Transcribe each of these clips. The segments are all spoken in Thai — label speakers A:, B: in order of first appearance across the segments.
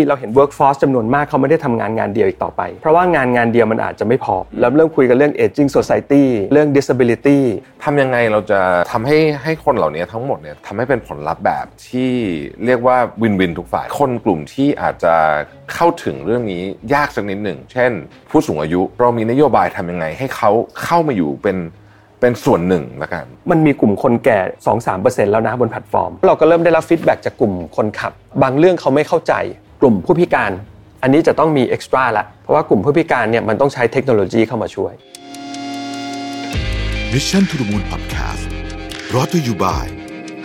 A: ที่เราเห็น workforce จำนวนมากเขาไม่ได้ทำงานงานเดียวอีกต่อไป เพราะว่างานงานเดียวมันอาจจะไม่พอ แล้วเริ่มคุยกันเรื่อง aging society เรื่อง disability
B: ทำยังไงเราจะทำให้ให้คนเหล่านี้ทั้งหมดเนี่ยทำให้เป็นผลลัพธ์แบบที่เรียกว่าวินวินทุกฝ่าย คนกลุ่มที่อาจจะเข้าถึงเรื่องนี้ยากสักนิดหนึ่ง เช่น ผู้สูงอายุเรามีนโยบายทำยังไง ให้เขาเข้ามาอยู่เป็นเป็นส่วนหนึ่งละกัน
A: มันมีกลุ่มคนแก่ 2-3%แล้วนะบนแพลตฟอร์ม เราก็เริ่มได้รับฟีดแบ็จากกลุ่มคนขับ บางเรื่องเขาไม่เข้าใจ กลุ่มผู้พิการ อันนี้จะต้องมีเอ็กซ์ตร้าละ เพราะว่ากลุ่มผู้พิการเนี่ยมันต้องใช้เทคโนโลยีเข้ามาช่วย
C: Mission to the Moon Podcast รอตัวอยู่บ่าย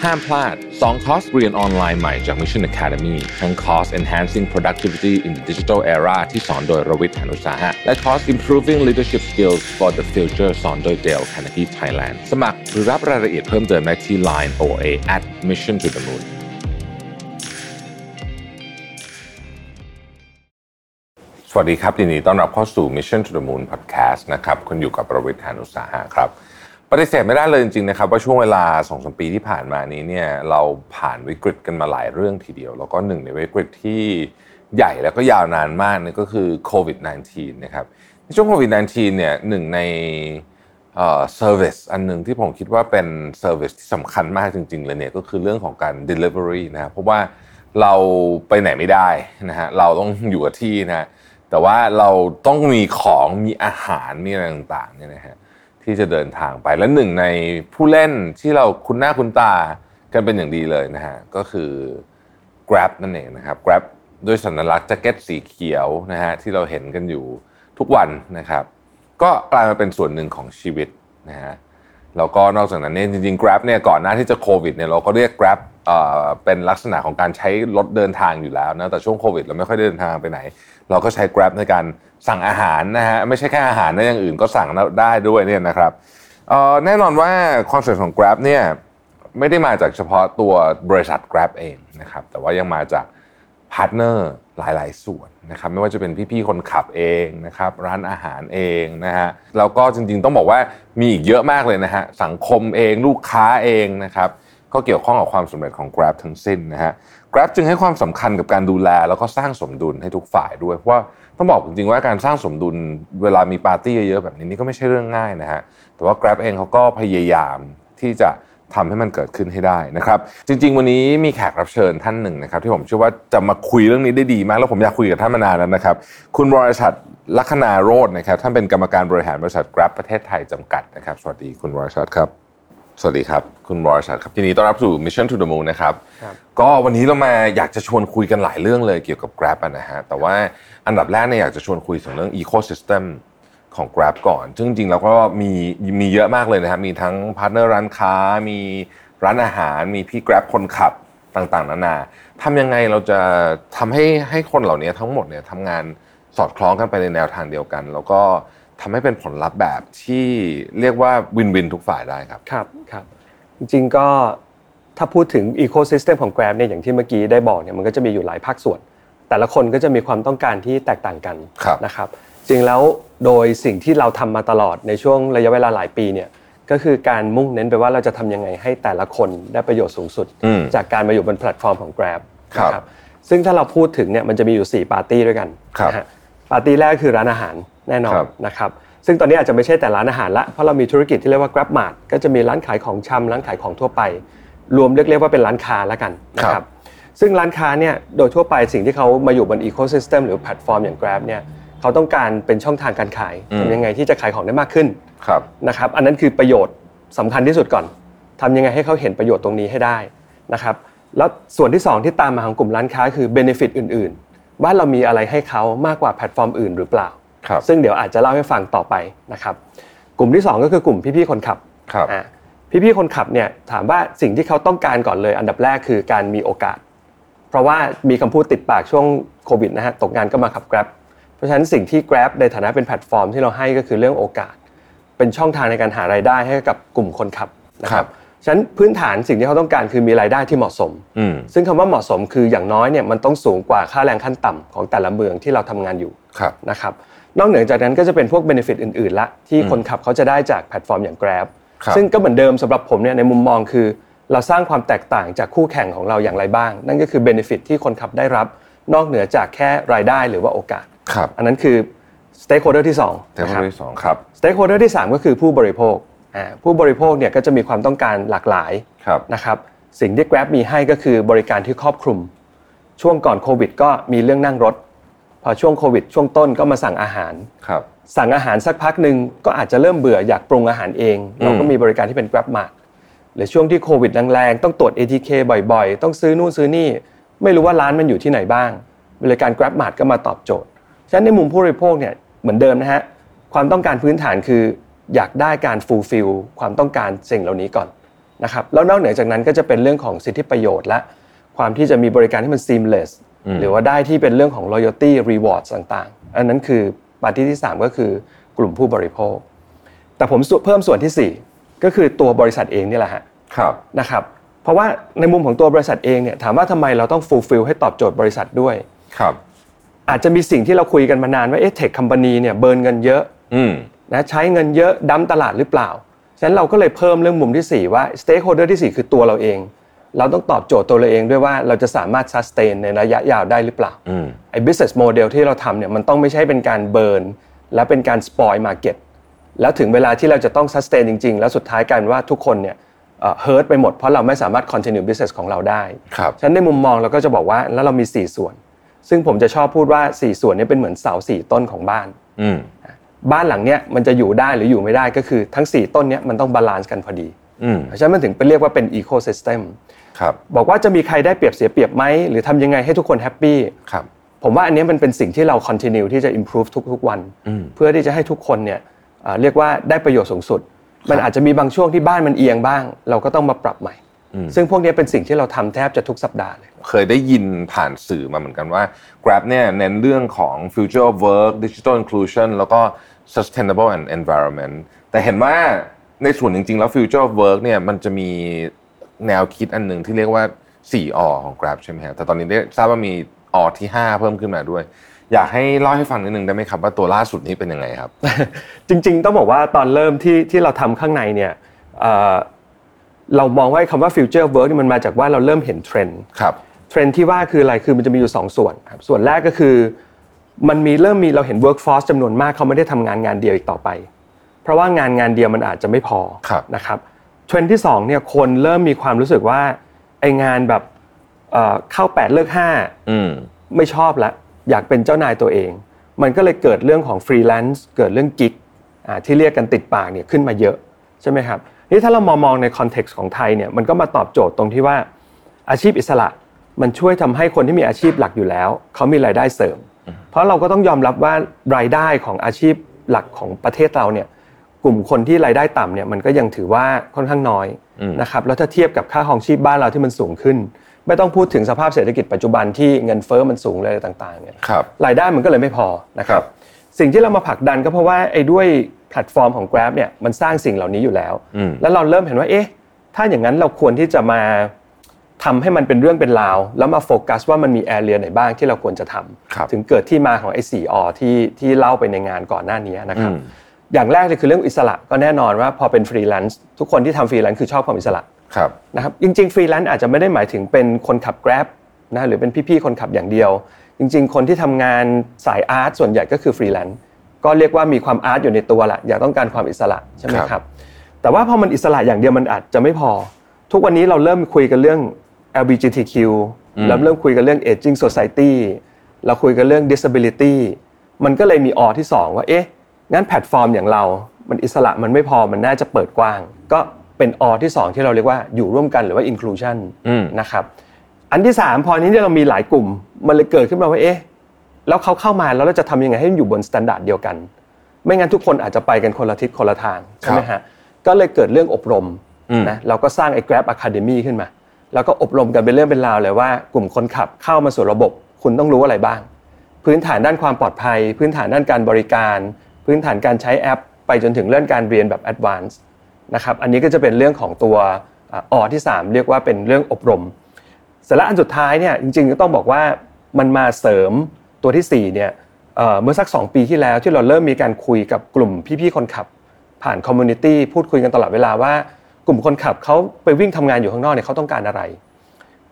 B: ห้ามพลาด 2 คอร์สเรียนออนไลน์ใหม่จาก Mission Academy ทั้งคอร์ส Enhancing Productivity in the Digital Era ที่สอนโดยรวิทย์หานุสาหะ และคอร์ส Improving Leadership Skills for the Future สอนโดย Dale Carnegie Thailand สมัครหรือรับรายละเอียดเพิ่มเติมได้ที่ Line OA at Mission to the Moon สวัสดีครับยินดีต้อนรับเข้าสู่ Mission to the Moon Podcast นะครับ คุณอยู่กับประวิทยานุสาหะครับ ปฏิเสธไม่ได้เลยจริงๆนะครับว่าช่วงเวลา2อสปีที่ผ่านมานี้เนี่ยเราผ่านวิกฤตกันมาหลายเรื่องทีเดียว แล้วก็หนึ่งในวิกฤตที่ใหญ่แล้วก็ยาวนานมากนี่ก็คือโควิด -19 นะครับในช่วงโควิด -19 เนี่ยหนึ่งใน เซอร์วิสอันหนึ่งที่ผมคิดว่าเป็นเซอร์วิสที่สำคัญมากจริงๆเลยเนี่ยก็คือเรื่องของการ Delivery นะฮะเพราะว่าเราไปไหนไม่ได้นะฮะเราต้องอยู่กับที่นะฮะแต่ว่าเราต้องมีของมีอาหารมีอะไรต่างๆเนี่ยนะฮะที่จะเดินทางไปและหนึ่งในผู้เล่นที่เราคุ้นหน้าคุ้นตากันเป็นอย่างดีเลยนะฮะก็คือ Grab นั่นเองนะครับ Grab ด้วยสัญลักษณ์แจ็คเก็ตสีเขียวนะฮะที่เราเห็นกันอยู่ทุกวันนะครับ ก็กลายมาเป็นส่วนหนึ่งของชีวิตนะฮะแล้วก็นอกจากนั้นเนี่ยจริงๆ Grab เนี่ยก่อนหน้าที่จะโควิดเนี่ยเราก็เรียก Grab เอ่อเป็นลักษณะของการใช้รถเดินทางอยู่แล้วนะแต่ช่วงโควิดเราไม่ค่อยได้เดินทางไปไหน เราก็ใช้ Grab ในการสั่งอาหารนะฮะไม่ใช่แค่อาหารนะอย่างอื่นก็สั่งได้ด้วยเนี่ยนะครับเอ่อแน่นอนว่าความสำเร็จของ Grab เนี่ยไม่ได้มาจากเฉพาะตัวบริษัท Grab เองนะครับแต่ว่ายังมาจาก พาร์ทเนอร์หลาย ๆ ส่วนนะครับไม่ว่าจะเป็นพี่ ๆ คนขับเองนะครับร้านอาหารเองนะฮะแล้วก็จริง ๆ ต้องบอกว่ามีอีกเยอะมากเลยนะฮะสังคมเองลูกค้าเองนะครับก็เกี่ยวข้องกับความสำเร็จของ Grab ทั้งสิ้นนะฮะ Grab จึงให้ความสำคัญกับการดูแล แล้วก็สร้างสมดุลให้ทุกฝ่ายด้วย เพราะว่าต้องบอกจริง ๆ ว่าการสร้างสมดุลเวลามีปาร์ตี้เยอะ ๆ แบบนี้นี่ก็ไม่ใช่เรื่องง่ายนะฮะแต่ว่า Grab เองเขาก็พยายามที่จะ ทำให้มันเกิดขึ้นให้ได้นะครับ จริง ๆ วันนี้มีแขกรับเชิญท่านหนึ่งนะครับ ที่ผมเชื่อว่าจะมาคุยเรื่องนี้ได้ดีมาก แล้วผมอยากคุยกับท่านมานานแล้วนะครับ คุณบริษัทลัคนาโรจน์นะครับท่านเป็นกรรมการบริหารบริษัท Grab ประเทศไทยจำกัดนะครับ สวัสดีคุณบริษัทครับ สวัสดีครับ คุณบริษัทครับยินดีต้อนรับสู่ Mission to the Moon นะครับ
A: ครับ
B: ก็วันนี้เรามาอยากจะชวนคุยกันหลายเรื่องเลยเกี่ยวกับ Grab อะนะฮะแต่ว่าอันดับแรกเนี่ยอยากจะชวนคุยถึงเรื่อง Ecosystem ของ Grab ก่อน ซึ่งจริงๆแล้วก็มีมีเยอะมากเลยนะครับ มีทั้งพาร์ทเนอร์ร้านค้า มีร้านอาหาร มีพี่ Grab คนขับต่างๆ นานาทำยังไงเราจะทำให้ให้คนเหล่านี้ทั้งหมดเนี่ยทำงานสอดคล้องกันไปในแนวทางเดียวกัน แล้วก็ทำให้เป็นผลลัพธ์แบบที่เรียกว่าวินวินทุกฝ่ายได้ครับ
A: ครับครับจริงๆก็ถ้าพูดถึงอีโคซิสเต็มของ Grab เนี่ยอย่างที่เมื่อกี้ได้บอกเนี่ยมันก็จะมีอยู่หลายภาคส่วน แต่ละคนก็จะมีความต้องการที่แตกต่างกัน
B: ครับ
A: นะครับ จริงแล้วโดยสิ่งที่เราทำมาตลอดในช่วงระยะเวลาหลายปีเนี่ยก็คือการมุ่งเน้นไปว่าเราจะทำยังไงให้แต่ละคนได้ประโยชน์สูงสุด
B: อืม
A: จากการมาอยู่บนแพลตฟอร์มของ Grab
B: ครับ
A: นะซึ่งถ้าเราพูดถึงเนี่ยมันจะมีอยู่ 4 ปาร์ตี้ด้วยกัน
B: ครับ
A: นะฮะปาร์ตี้แรกคือร้านอาหารแน่นอน
B: ครับ
A: นะครับ ซึ่งตอนนี้อาจจะไม่ใช่แต่ร้านอาหารละ เพราะเรามีธุรกิจที่เรียกว่า Grab Mart ก็จะมีร้านขายของชำร้านขายของทั่วไป รวมเรียกๆว่าเป็นร้านค้าละกันนะค
B: ครั
A: รับ
B: บ
A: ซึ่งร้านค้าเนี่ยโดยทั่วไปสิ่งที่เขามาอยู่บน ecosystem หรือแพลตฟอร์มอย่าง Grab เนี่ยเขาต้องการเป็นช่องทางการขาย
B: อืม
A: ทำยังไงที่จะขายของได้มากขึ้น
B: ครับ
A: นะครับอันนั้นคือประโยชน์สำคัญที่สุดก่อนทำยังไงให้เขาเห็นประโยชน์ตรงนี้ให้ได้นะครับแล้วส่วนที่สองที่ตามมาของกลุ่มร้านค้าคือ benefit อื่นๆ ว่าเรามีอะไรให้เขามากกว่าแพลตฟอร์มอื่นหรือเปล่า
B: ครับ
A: ซึ่งเดี๋ยวอาจจะเล่าให้ฟังต่อไปนะครับกลุ่มที่สองก็คือกลุ่มพี่ๆคนขับ
B: ครับ
A: อ่ะพี่ๆคนขับเนี่ยถามว่าสิ่งที่เขาต้องการก่อนเลย อันดับแรกคือการมีโอกาส เพราะว่ามีคำพูดติดปากช่วงโควิดนะฮะตกงานก็มาขับ Grab เพราะฉะนั้นสิ่งที่ Grab ในฐานะเป็นแพลตฟอร์มที่เราให้ก็คือเรื่องโอกาส เป็นช่องทางในการหารายได้ให้กับกลุ่มคนขับนะค
B: ครั
A: รับ บฉะนั้นพื้นฐานสิ่งที่เขาต้องการคือมีรายได้ที่เหมาะสม
B: อืม
A: ซึ่งคำว่าเหมาะสมคืออย่างน้อยเนี่ยมันต้องสูงกว่าค่าแรงขั้นต่ำของแต่ละเมืองที่เราทำงานอยู่
B: ครับ
A: นะครับนอกเหนือจากนั้นก็จะเป็นพวกเบนฟิตอื่นๆละที่คนขับเขาจะได้จากแพลตฟอร์มอย่าง Grab
B: ครับ
A: ซึ่งก็เหมือนเดิมสำหรับผมเนี่ยในมุมมองคือ เราสร้างความแตกต่างจากคู่แข่งของเราอย่างไรบ้าง นั่นก็คือเบนฟิตที่คนขับได้รับ นอกเหนือจากแค่รายได้หรือว่าโอกาส
B: ครับ
A: อันนั้นคือสเต็กโฮเดอร์ที่2
B: แต่ข้อที่สองครับ
A: สเต็กโฮเดอร์ที่ 3 ก็คือผู้บริโภคอ่าผู้บริโภคเนี่ยก็จะมีความต้องการหลากหลาย
B: ครับ
A: นะครับสิ่งที่ Grab มีให้ก็คือบริการที่ครอบคลุม ช่วงก่อนโควิดก็มีเรื่องนั่งรถ พอช่วงโควิด ช่วงต้นก็มาสั่งอาหาร
B: ครับ
A: สั่งอาหารสักพักหนึ่งก็อาจจะเริ่มเบื่ออยากปรุงอาหารเอง เราก็มีบริการที่เป็น Grab Mart หรือช่วงที่โควิดแรงๆ ต้องตรวจ ATK บ่อยๆ ต้องซื้อนู่นซื้อนี่ ไม่รู้ว่าร้านมันอยู่ที่ไหนบ้าง บริการ Grab Mart ก็มาตอบโจทย์ ฉะนั้นในมุมผู้บริโภคเนี่ยเหมือนเดิมนะฮะความต้องการพื้นฐานคืออยากได้การ fulfill ความต้องการสิ่งเหล่านี้ก่อนนะครับแล้วนอกเหนือจากนั้นก็จะเป็นเรื่องของสิทธิประโยชน์และความที่จะมีบริการที่มัน seamless หรือว่าได้ที่เป็นเรื่องของ loyalty rewards ต่างๆ อันนั้นคือปาร์ตี้ที่ 3 ก็คือกลุ่มผู้บริโภค แต่ผมเพิ่มส่วนทีสี่ 4 ก็คือตัวบริษัทเองนี่แหละฮะ
B: ครับ
A: นะครับ เพราะว่าในมุมของตัวบริษัทเองเนี่ยถามว่าทำไมเราต้อง fulfill ให้ตอบโจทย์บริษัทด้วย
B: ครับ
A: อาจจะมีสิ่งที่เราคุยกันมานานว่าเอ๊ะเทคคัม a านีเนี่ยเบิร์นเงินเยอะ
B: อืม
A: นะใช้เงินเยอะดั้มตลาดหรือเปล่า ฉะนั้นเราก็เลยเพิ่มเรื่องมุมทีสี่4 ว่า stakeholder ที่ 4 คือตัวเราเอง เราต้องตอบโจทย์ตัวเราเองด้วยว่าเราจะสามารถ sustain ในระยะยาวได้หรือเปล่า
B: อืม
A: ไอ้ business model ที่เราทำเนี่ยมันต้องไม่ใช่เป็นการเบิร์นและเป็นการ spoil market แล้วถึงเวลาที่เราจะต้อง sustain จริง ๆ แล้วสุดท้ายกลายเป็นว่าทุกคนเนี่ยเอ่อ hurt ไปหมดเพราะเราไม่สามารถ continue business ของเราได้
B: ครับ
A: ฉะนันในมุมมองเราก็จะบอกว่าแล้วเรามี 4 ส่วน ซึ่งผมจะชอบพูดว่า 4 ส่วนเนี้เป็นเหมือนเสา4 ต้นของบ้าน
B: อืม
A: บ้านหลังเนี้ยมันจะอยู่ได้หรืออยู่ไม่ได้ก็คือทั้ง 4 ต้นเนี้ยมันต้องบาลานซ์กันพอดี
B: อืม
A: ฉะนั้นมันถึงเป็นเรียกว่าเป็นอีโค y ิสเต็ม
B: ครับ
A: บอกว่าจะมีใครได้เปรียบเสียเปรียบไหมหรือทำยังไงให้ทุกคนแฮปปี้
B: ครับ
A: ผมว่าอันเนี้ยมันเป็นสิ่งที่เรา continue ที่จะ improve ทุกๆวัน
B: อืม
A: เพื่อที่จะให้ทุกคนเนี่ยเอ่อเรียกว่าได้ประโยชน์สูงสุด มันอาจจะมีบางช่วงที่บ้านมันเอียงบ้าง เราก็ต้องมาปรับใหม่ ซึ่งพวกเนี้ยเป็นสิ่งที่เราทำแทบจะทุกสัปดาห์เลย
B: เคยได้ยินผ่านสื่อมาเหมือนกันว่า Grab เนี่ยเน้นเรื่องของ future of work digital inclusion แล้วก็ sustainable and environment แต่เห็นว่าในส่วนจริง ๆ แล้ว future of work เนี่ยมันจะมีแนวคิดอันหนึ่งที่เรียกว่า 4 อ ของ Grab ใช่ไหมครับแต่ตอนนี้ได้ทราบว่ามีอที่ 5 เพิ่มขึ้นมาด้วย อยากให้เล่าให้ฟังนิดนึงได้ไหมครับ ว่าตัวล่าสุดนี้เป็นยังไงครับ
A: จริงๆ ต้องบอกว่าตอนเริ่มที่ที่เราทำข้างในเนี่ยเอ่อเรามองว่าคำว่า future work นี่มันมาจากว่าเราเริ่มเห็นเทรนด์
B: ครับ
A: เทรนด์ที่ว่าคืออะไรคือมันจะมีอยู่ 2 ส่วนครับส่วนแรกก็คือ มันมีเริ่มมีเราเห็น workforce จำนวนมากเขาไม่ได้ทำงานงานเดียวอีกต่อไป เพราะว่างานงานเดียวมันอาจจะไม่พอ
B: ครับ
A: นะครับเทรนด์ที่2เนี่ยคนเริ่มมีความรู้สึกว่าไองานแบบเอ่อเข้า 8 เลิก 5
B: อืม
A: ไม่ชอบละอยากเป็นเจ้านายตัวเอง มันก็เลยเกิดเรื่องของฟรีแลนซ์เกิดเรื่องกิกอ่าที่เรียกกันติดปากเนี่ยขึ้นมาเยอะใช่ไหมครับนี่ถ้าเรามองมองในคอนเท็กซ์ของไทยเนี่ยมันก็มาตอบโจทย์ตรงที่ว่าอาชีพอิสระมันช่วยทำให้คนที่มีอาชีพหลักอยู่แล้ว เขามีรายได้เสริม เพราะเราก็ต้องยอมรับว่ารายได้ของอาชีพหลักของประเทศเราเนี่ยกลุ่มคนที่รายได้ต่ำเนี่ยมันก็ยังถือว่าค่อนข้างน้อยนะครับแล้วถ้าเทียบกับค่าของชีพบ้านเราที่มันสูงขึ้น ไม่ต้องพูดถึงสภาพเศรษฐกิจปัจจุบันที่เงินเฟ้อมันสูงเลยต่างๆเนี่ย
B: ครับ
A: รายได้มันก็เลยไม่พอนะครั
B: ครับ บ
A: สิ่งที่เรามาผลักดันก็เพราะว่าไอ้ด้วยแพลตฟอร์มของ Grab เนี่ยมันสร้างสิ่งเหล่านี้อยู่แล้ว แล้วเราเริ่มเห็นว่าเอ๊ะถ้าอย่างนั้นเราควรที่จะมาทำให้มันเป็นเรื่องเป็นราว แล้วมาโฟกัสว่ามันมีแอเรียไหนบ้างที่เราควรจะทำ
B: ครับ
A: ถึงเกิดที่มาของไอ้สี่อที่ที่เล่าไปในงานก่อนหน้านี้นะครับ อย่างแรกเลยคือเรื่องอิสระก็แน่นอนว่าพอเป็นฟรีแลนซ์ทุกคนที่ทำฟรีแลนซ์คือชอบความอิสระ
B: ครับ
A: นะครับจริงๆฟรีแลนซ์อาจจะไม่ได้หมายถึงเป็นคนขับ Grab นะหรือเป็นพี่ๆคนขับอย่างเดียว จริง ๆ คนที่ทำงานสายอาร์ตส่วนใหญ่ก็คือฟรีแลนซ์ก็เรียกว่ามีความอาร์ตอยู่ในตัวละอยากต้องการความอิสระใช่ไหม
B: ครับ
A: ครับ แต่ว่าพอมันอิสระอย่างเดียวมันอาจจะไม่พอ ทุกวันนี้เราเริ่มคุยกันเรื่อง LGBTQ เราเริ่มคุยกันเรื่อง Aging Society เราคุยกันเรื่อง disability มันก็เลยมีออที่สองว่าเอ๊ะงั้นแพลตฟอร์มอย่างเรา มันอิสระมันไม่พอมันน่าจะเปิดกว้าง ก็เป็นออที่สองที่เราเรียกว่าอยู่ร่วมกันหรือว่า inclusion นะครับอันที่สามพอนี้เนี่ยเรามีหลายกลุ่ม มันเลยเกิดขึ้นมาว่าเอ๊ะแล้วเขาเข้ามาแล้วเราจะทำยังไงให้มันอยู่บนมาตรฐานเดียวกัน ไม่งั้นทุกคนอาจจะไปกันคนละทิศคนละทางใช่ไหมฮะ ก็เลยเกิดเรื่องอบรมนะเราก็สร้างไอ้ Grab Academy ขึ้นมา แล้วก็อบรมกันเป็นเรื่องเป็นราวเลยว่ากลุ่มคนขับเข้ามาสู่ระบบ คุณต้องรู้อะไรบ้าง พื้นฐานด้านความปลอดภัย พื้นฐานด้านการบริการ พื้นฐานการใช้แอป ไปจนถึงเรื่องการเรียนแบบ Advanced นะครับอันนี้ก็จะเป็นเรื่องของตัวอ่าอที่ 3 เรียกว่าเป็นเรื่องอบรม เสร็จแล้วอันสุดท้ายเนี่ยจริงๆก็ต้องบอกว่ามันมาเสริมตัวที่สี่เนี่ยเอ่อเมื่อสัก 2 ปีที่แล้วที่เราเริ่มมีการคุยกับกลุ่มพี่ๆคนขับ ผ่านคอมมูนิตี้พูดคุยกันตลอดเวลาว่ากลุ่มคนขับเขาไปวิ่งทำงานอยู่ข้างนอกเนี่ยเขาต้องการอะไร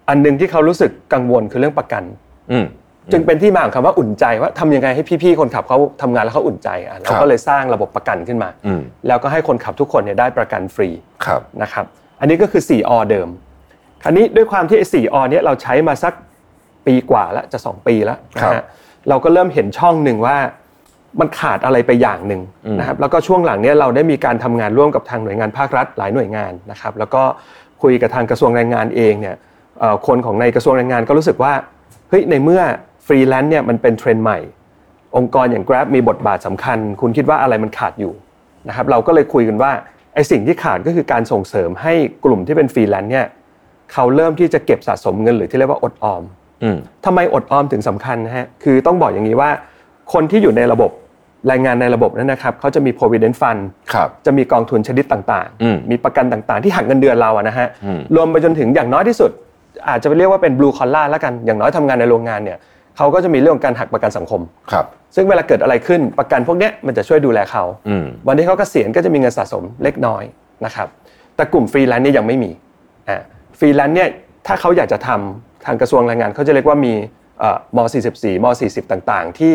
A: อันหนึ่งที่เขารู้สึกกังวลคือเรื่องประกัน
B: อืม
A: จึงเป็นที่มาของคำว่าอุ่นใจว่าทำยังไงให้พี่ๆคนขับเขาทำงานแล้วเขาอุ่นใจอ่ะเรา
B: ครั
A: ก็
B: บ
A: เลยสร้างระบบประกันขึ้นมา
B: อืม
A: แล้วก็ให้คนขับทุกคนเนี่ยได้ประกันฟรี
B: ครับ
A: นะครับ อันนี้ก็คือ 4 อเดิม คราวนี้ด้วยความที่ไอ้4อเนี้ยเราใช้มาสักปีกว่าแล้วจะ 2 ปีแล้ว
B: ครับ
A: นะฮะเราก็เริ่มเห็นช่องหนึ่งว่ามันขาดอะไรไปอย่างหนึ่งนะครับ แล้วก็ช่วงหลังเนี้ยเราได้มีการทำงานร่วมกับทางหน่วยงานภาครัฐหลายหน่วยงานนะครับ แล้วก็คุยกับทางกระทรวงแรงงานเองเนี่ยเอ่อคนของในกระทรวงแรงงานก็รู้สึกว่าเฮ้ยในเมื่อฟรีแลนซ์เนี่ยมันเป็นเทรนด์ใหม่ องค์กรอย่าง Grab มีบทบาทสำคัญ คุณคิดว่าอะไรมันขาดอยู่นะครับเราก็เลยคุยกันว่าไอ้สิ่งที่ขาดก็คือการส่งเสริมให้กลุ่มที่เป็นฟรีแลนซ์เนี่ยเขาเริ่มที่จะเก็บสะสมเงินหรือที่เรียกว่าอดออม
B: อืม
A: ทำไมอดออมถึงสำคัญนะฮะคือต้องบอกอย่างนี้ว่า คนที่อยู่ในระบบแรงงานในระบบนั้นนะครับเขาจะมี provident fund
B: ครับ
A: จะมีกองทุนชนิดต่าง
B: อืม
A: มีประกันต่างๆ ที่หักเงินเดือนเราอะนะฮะ
B: อืม
A: รวมไปจนถึงอย่างน้อยที่สุด อาจจะเรียกว่าเป็น blue collar แล้วกัน อย่างน้อยทำงานในโรงงานเนี่ยเขาก็จะมีเรื่องของการหักประกันสังคม
B: ครับ
A: ซึ่งเวลาเกิดอะไรขึ้นประกันพวกเนี้ยมันจะช่วยดูแลเขา
B: อืม
A: วันที่เขาเกษียณก็จะมีเงินสะสมเล็กน้อยนะครับ แต่กลุ่มฟรีแลนซ์เนี่ยยังไม่มีอ่าฟรีแลนซ์เนี่ยถ้าเขาอยากจะทำทางกระทรวงแรงงานเขาจะเรียกว่ามีเอ่อม 44 ม 40 ต่างๆ ที่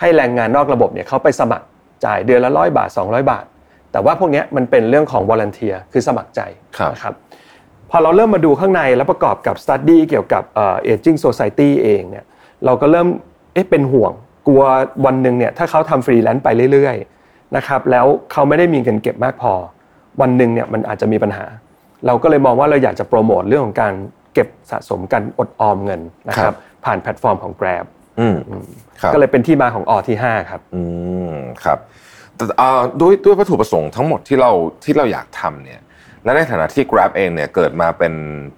A: ให้แรงงานนอกระบบเนี่ยเขาไปสมัครจ่ายเดือนละร้อยบาท 200 บาท แต่ว่าพวกเนี้ยมันเป็นเรื่องของวอลันเทียคือสมัครใจ
B: ครับ
A: นะครับ พอเราเริ่มมาดูข้างในแล้วประกอบกับสตัดดี้เกี่ยวกับเอจิ้งโซซ i ตี้เองเนี่ยเราก็เริ่มเอ๊ะเป็นห่วง กลัววันหนึ่งเนี่ยถ้าเขาทำฟรีแลนซ์ไปเรื่อยๆนะครับแล้วเขาไม่ได้มีเงินเก็บมากพอ วันหนึ่งเนี่ยมันอาจจะมีปัญหา เราก็เลยมองว่าเราอยากจะโปรโมทเรื่องของการเก็บสะสมกันอดออมเงินนะค
B: ครั
A: รับ บผ่านแพลตฟอร์มของ Grab
B: อืมครับ
A: ก็เลยเป็นที่มาของอที่ 5 ครับ
B: อืมครับแต่เอ่อด้วยด้วยวัตถุประสงค์ทั้งหมดที่เราที่เราอยากทำเนี่ยและในฐานะที่ Grab เองเนี่ยเกิดมาเป็น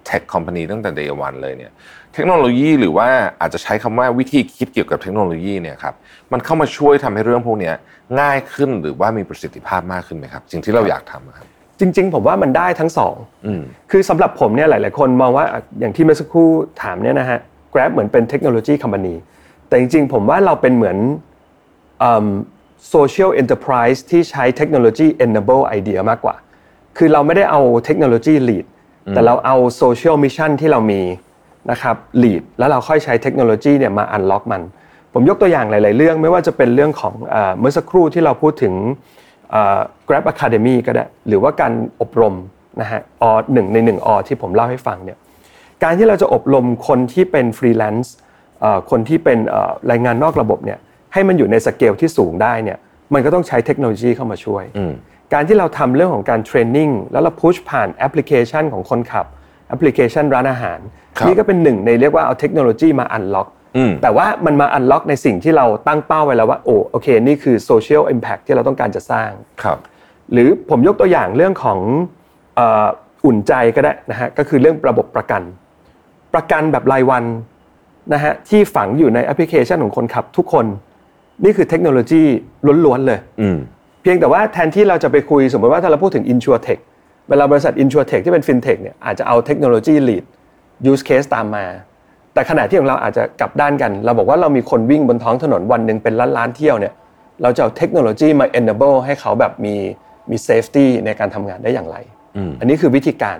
B: Tech Company ตั้งแต่ Day One เลยเนี่ยเทคโนโลยีหรือว่าอาจจะใช้คำว่าวิธีคิดเกี่ยวกับเทคโนโลยีเนี่ยครับมันเข้ามาช่วยทำให้เรื่องพวกเนี้ยง่ายขึ้นหรือว่ามีประสิทธิภาพมากขึ้นไหมครับ สิ่งที่เราอยากทำอะครับ
A: จริง ๆ ผมว่ามันได้ทั้งสอง
B: อืม
A: คือสำหรับผมเนี่ยหลาย ๆ คนมองว่าอย่างที่เมื่อสักครู่ถามเนี่ยนะฮะ Grab เหมือนเป็นเทคโนโลยีค o m p a นีแต่จริง ๆ ผมว่าเราเป็นเหมือนโซเชียลเอ็นเตอร์ i s e ที่ใช้เทคโนโลยี enable idea มากกว่า คือเราไม่ได้เอาเทคโนโลยี lead แต่เราเอาโซเชียลมิชชั่นที่เรามีนะครับ lead แล้วเราค่อยใช้เทคโนโลยีเนี่ยมา unlock มัน ผมยกตัวอย่างหลาย ๆ เรื่องไม่ว่าจะเป็นเรื่องของเอ่อเมื่อสักครู่ที่เราพูดถึง เอ่อ Grab Academy ก็ได้ หรือว่าการอบรมนะฮะอหนึ่งในหนึ่งอที่ผมเล่าให้ฟังเนี่ยการที่เราจะอบรมคนที่เป็นฟรีแลนซ์เอ่อคนที่เป็นเอ่อแรงงานนอกระบบเนี่ยให้มันอยู่ในสเกลที่สูงได้เนี่ยมันก็ต้องใช้เทคโนโลยีเข้ามาช่วย
B: อืม
A: การที่เราทำเรื่องของการเทรนนิ่งแล้วเราพุชผ่านแอปพลิเคชันของคนขับ แอปพลิเคชันร้านอาหาร
B: ครับ
A: นี่ก็เป็นหนึ่งในเรียกว่าเอาเทคโนโลยีมาอันล็อก
B: อืม
A: แต่ว่ามันมาอันล็อกในสิ่งที่เราตั้งเป้าไว้แล้วว่าโอ้โอเค นี่คือโซเชียลอิมแพคที่เราต้องการจะสร้าง
B: ครับ
A: หรือผมยกตัวอย่างเรื่องของเอ่ออุ่นใจก็ได้นะฮะก็คือเรื่องระบบประกัน ประกันแบบรายวันนะฮะที่ฝังอยู่ในแอปพลิเคชันของคนขับทุกคน นี่คือเทคโนโลยีล้วนๆเลย
B: อืม
A: เพียงแต่ว่าแทนที่เราจะไปคุยสมมติว่าถ้าเราพูดถึง InsurTech เวลาบริษัท InsurTech ที่เป็น FinTech เนี่ยอาจจะเอาเทคโนโลยี lead use case ตามมา แต่ขณะที่ของเราอาจจะกลับด้านกัน เราบอกว่าเรามีคนวิ่งบนท้องถนนวันหนึ่งเป็นล้านล้านๆเที่ยวเนี่ยเราจะเอาเทคโนโลยีมา enable ให้เขาแบบมีมี safety ในการทำงานได้อย่างไร อันนี้คือวิธีการ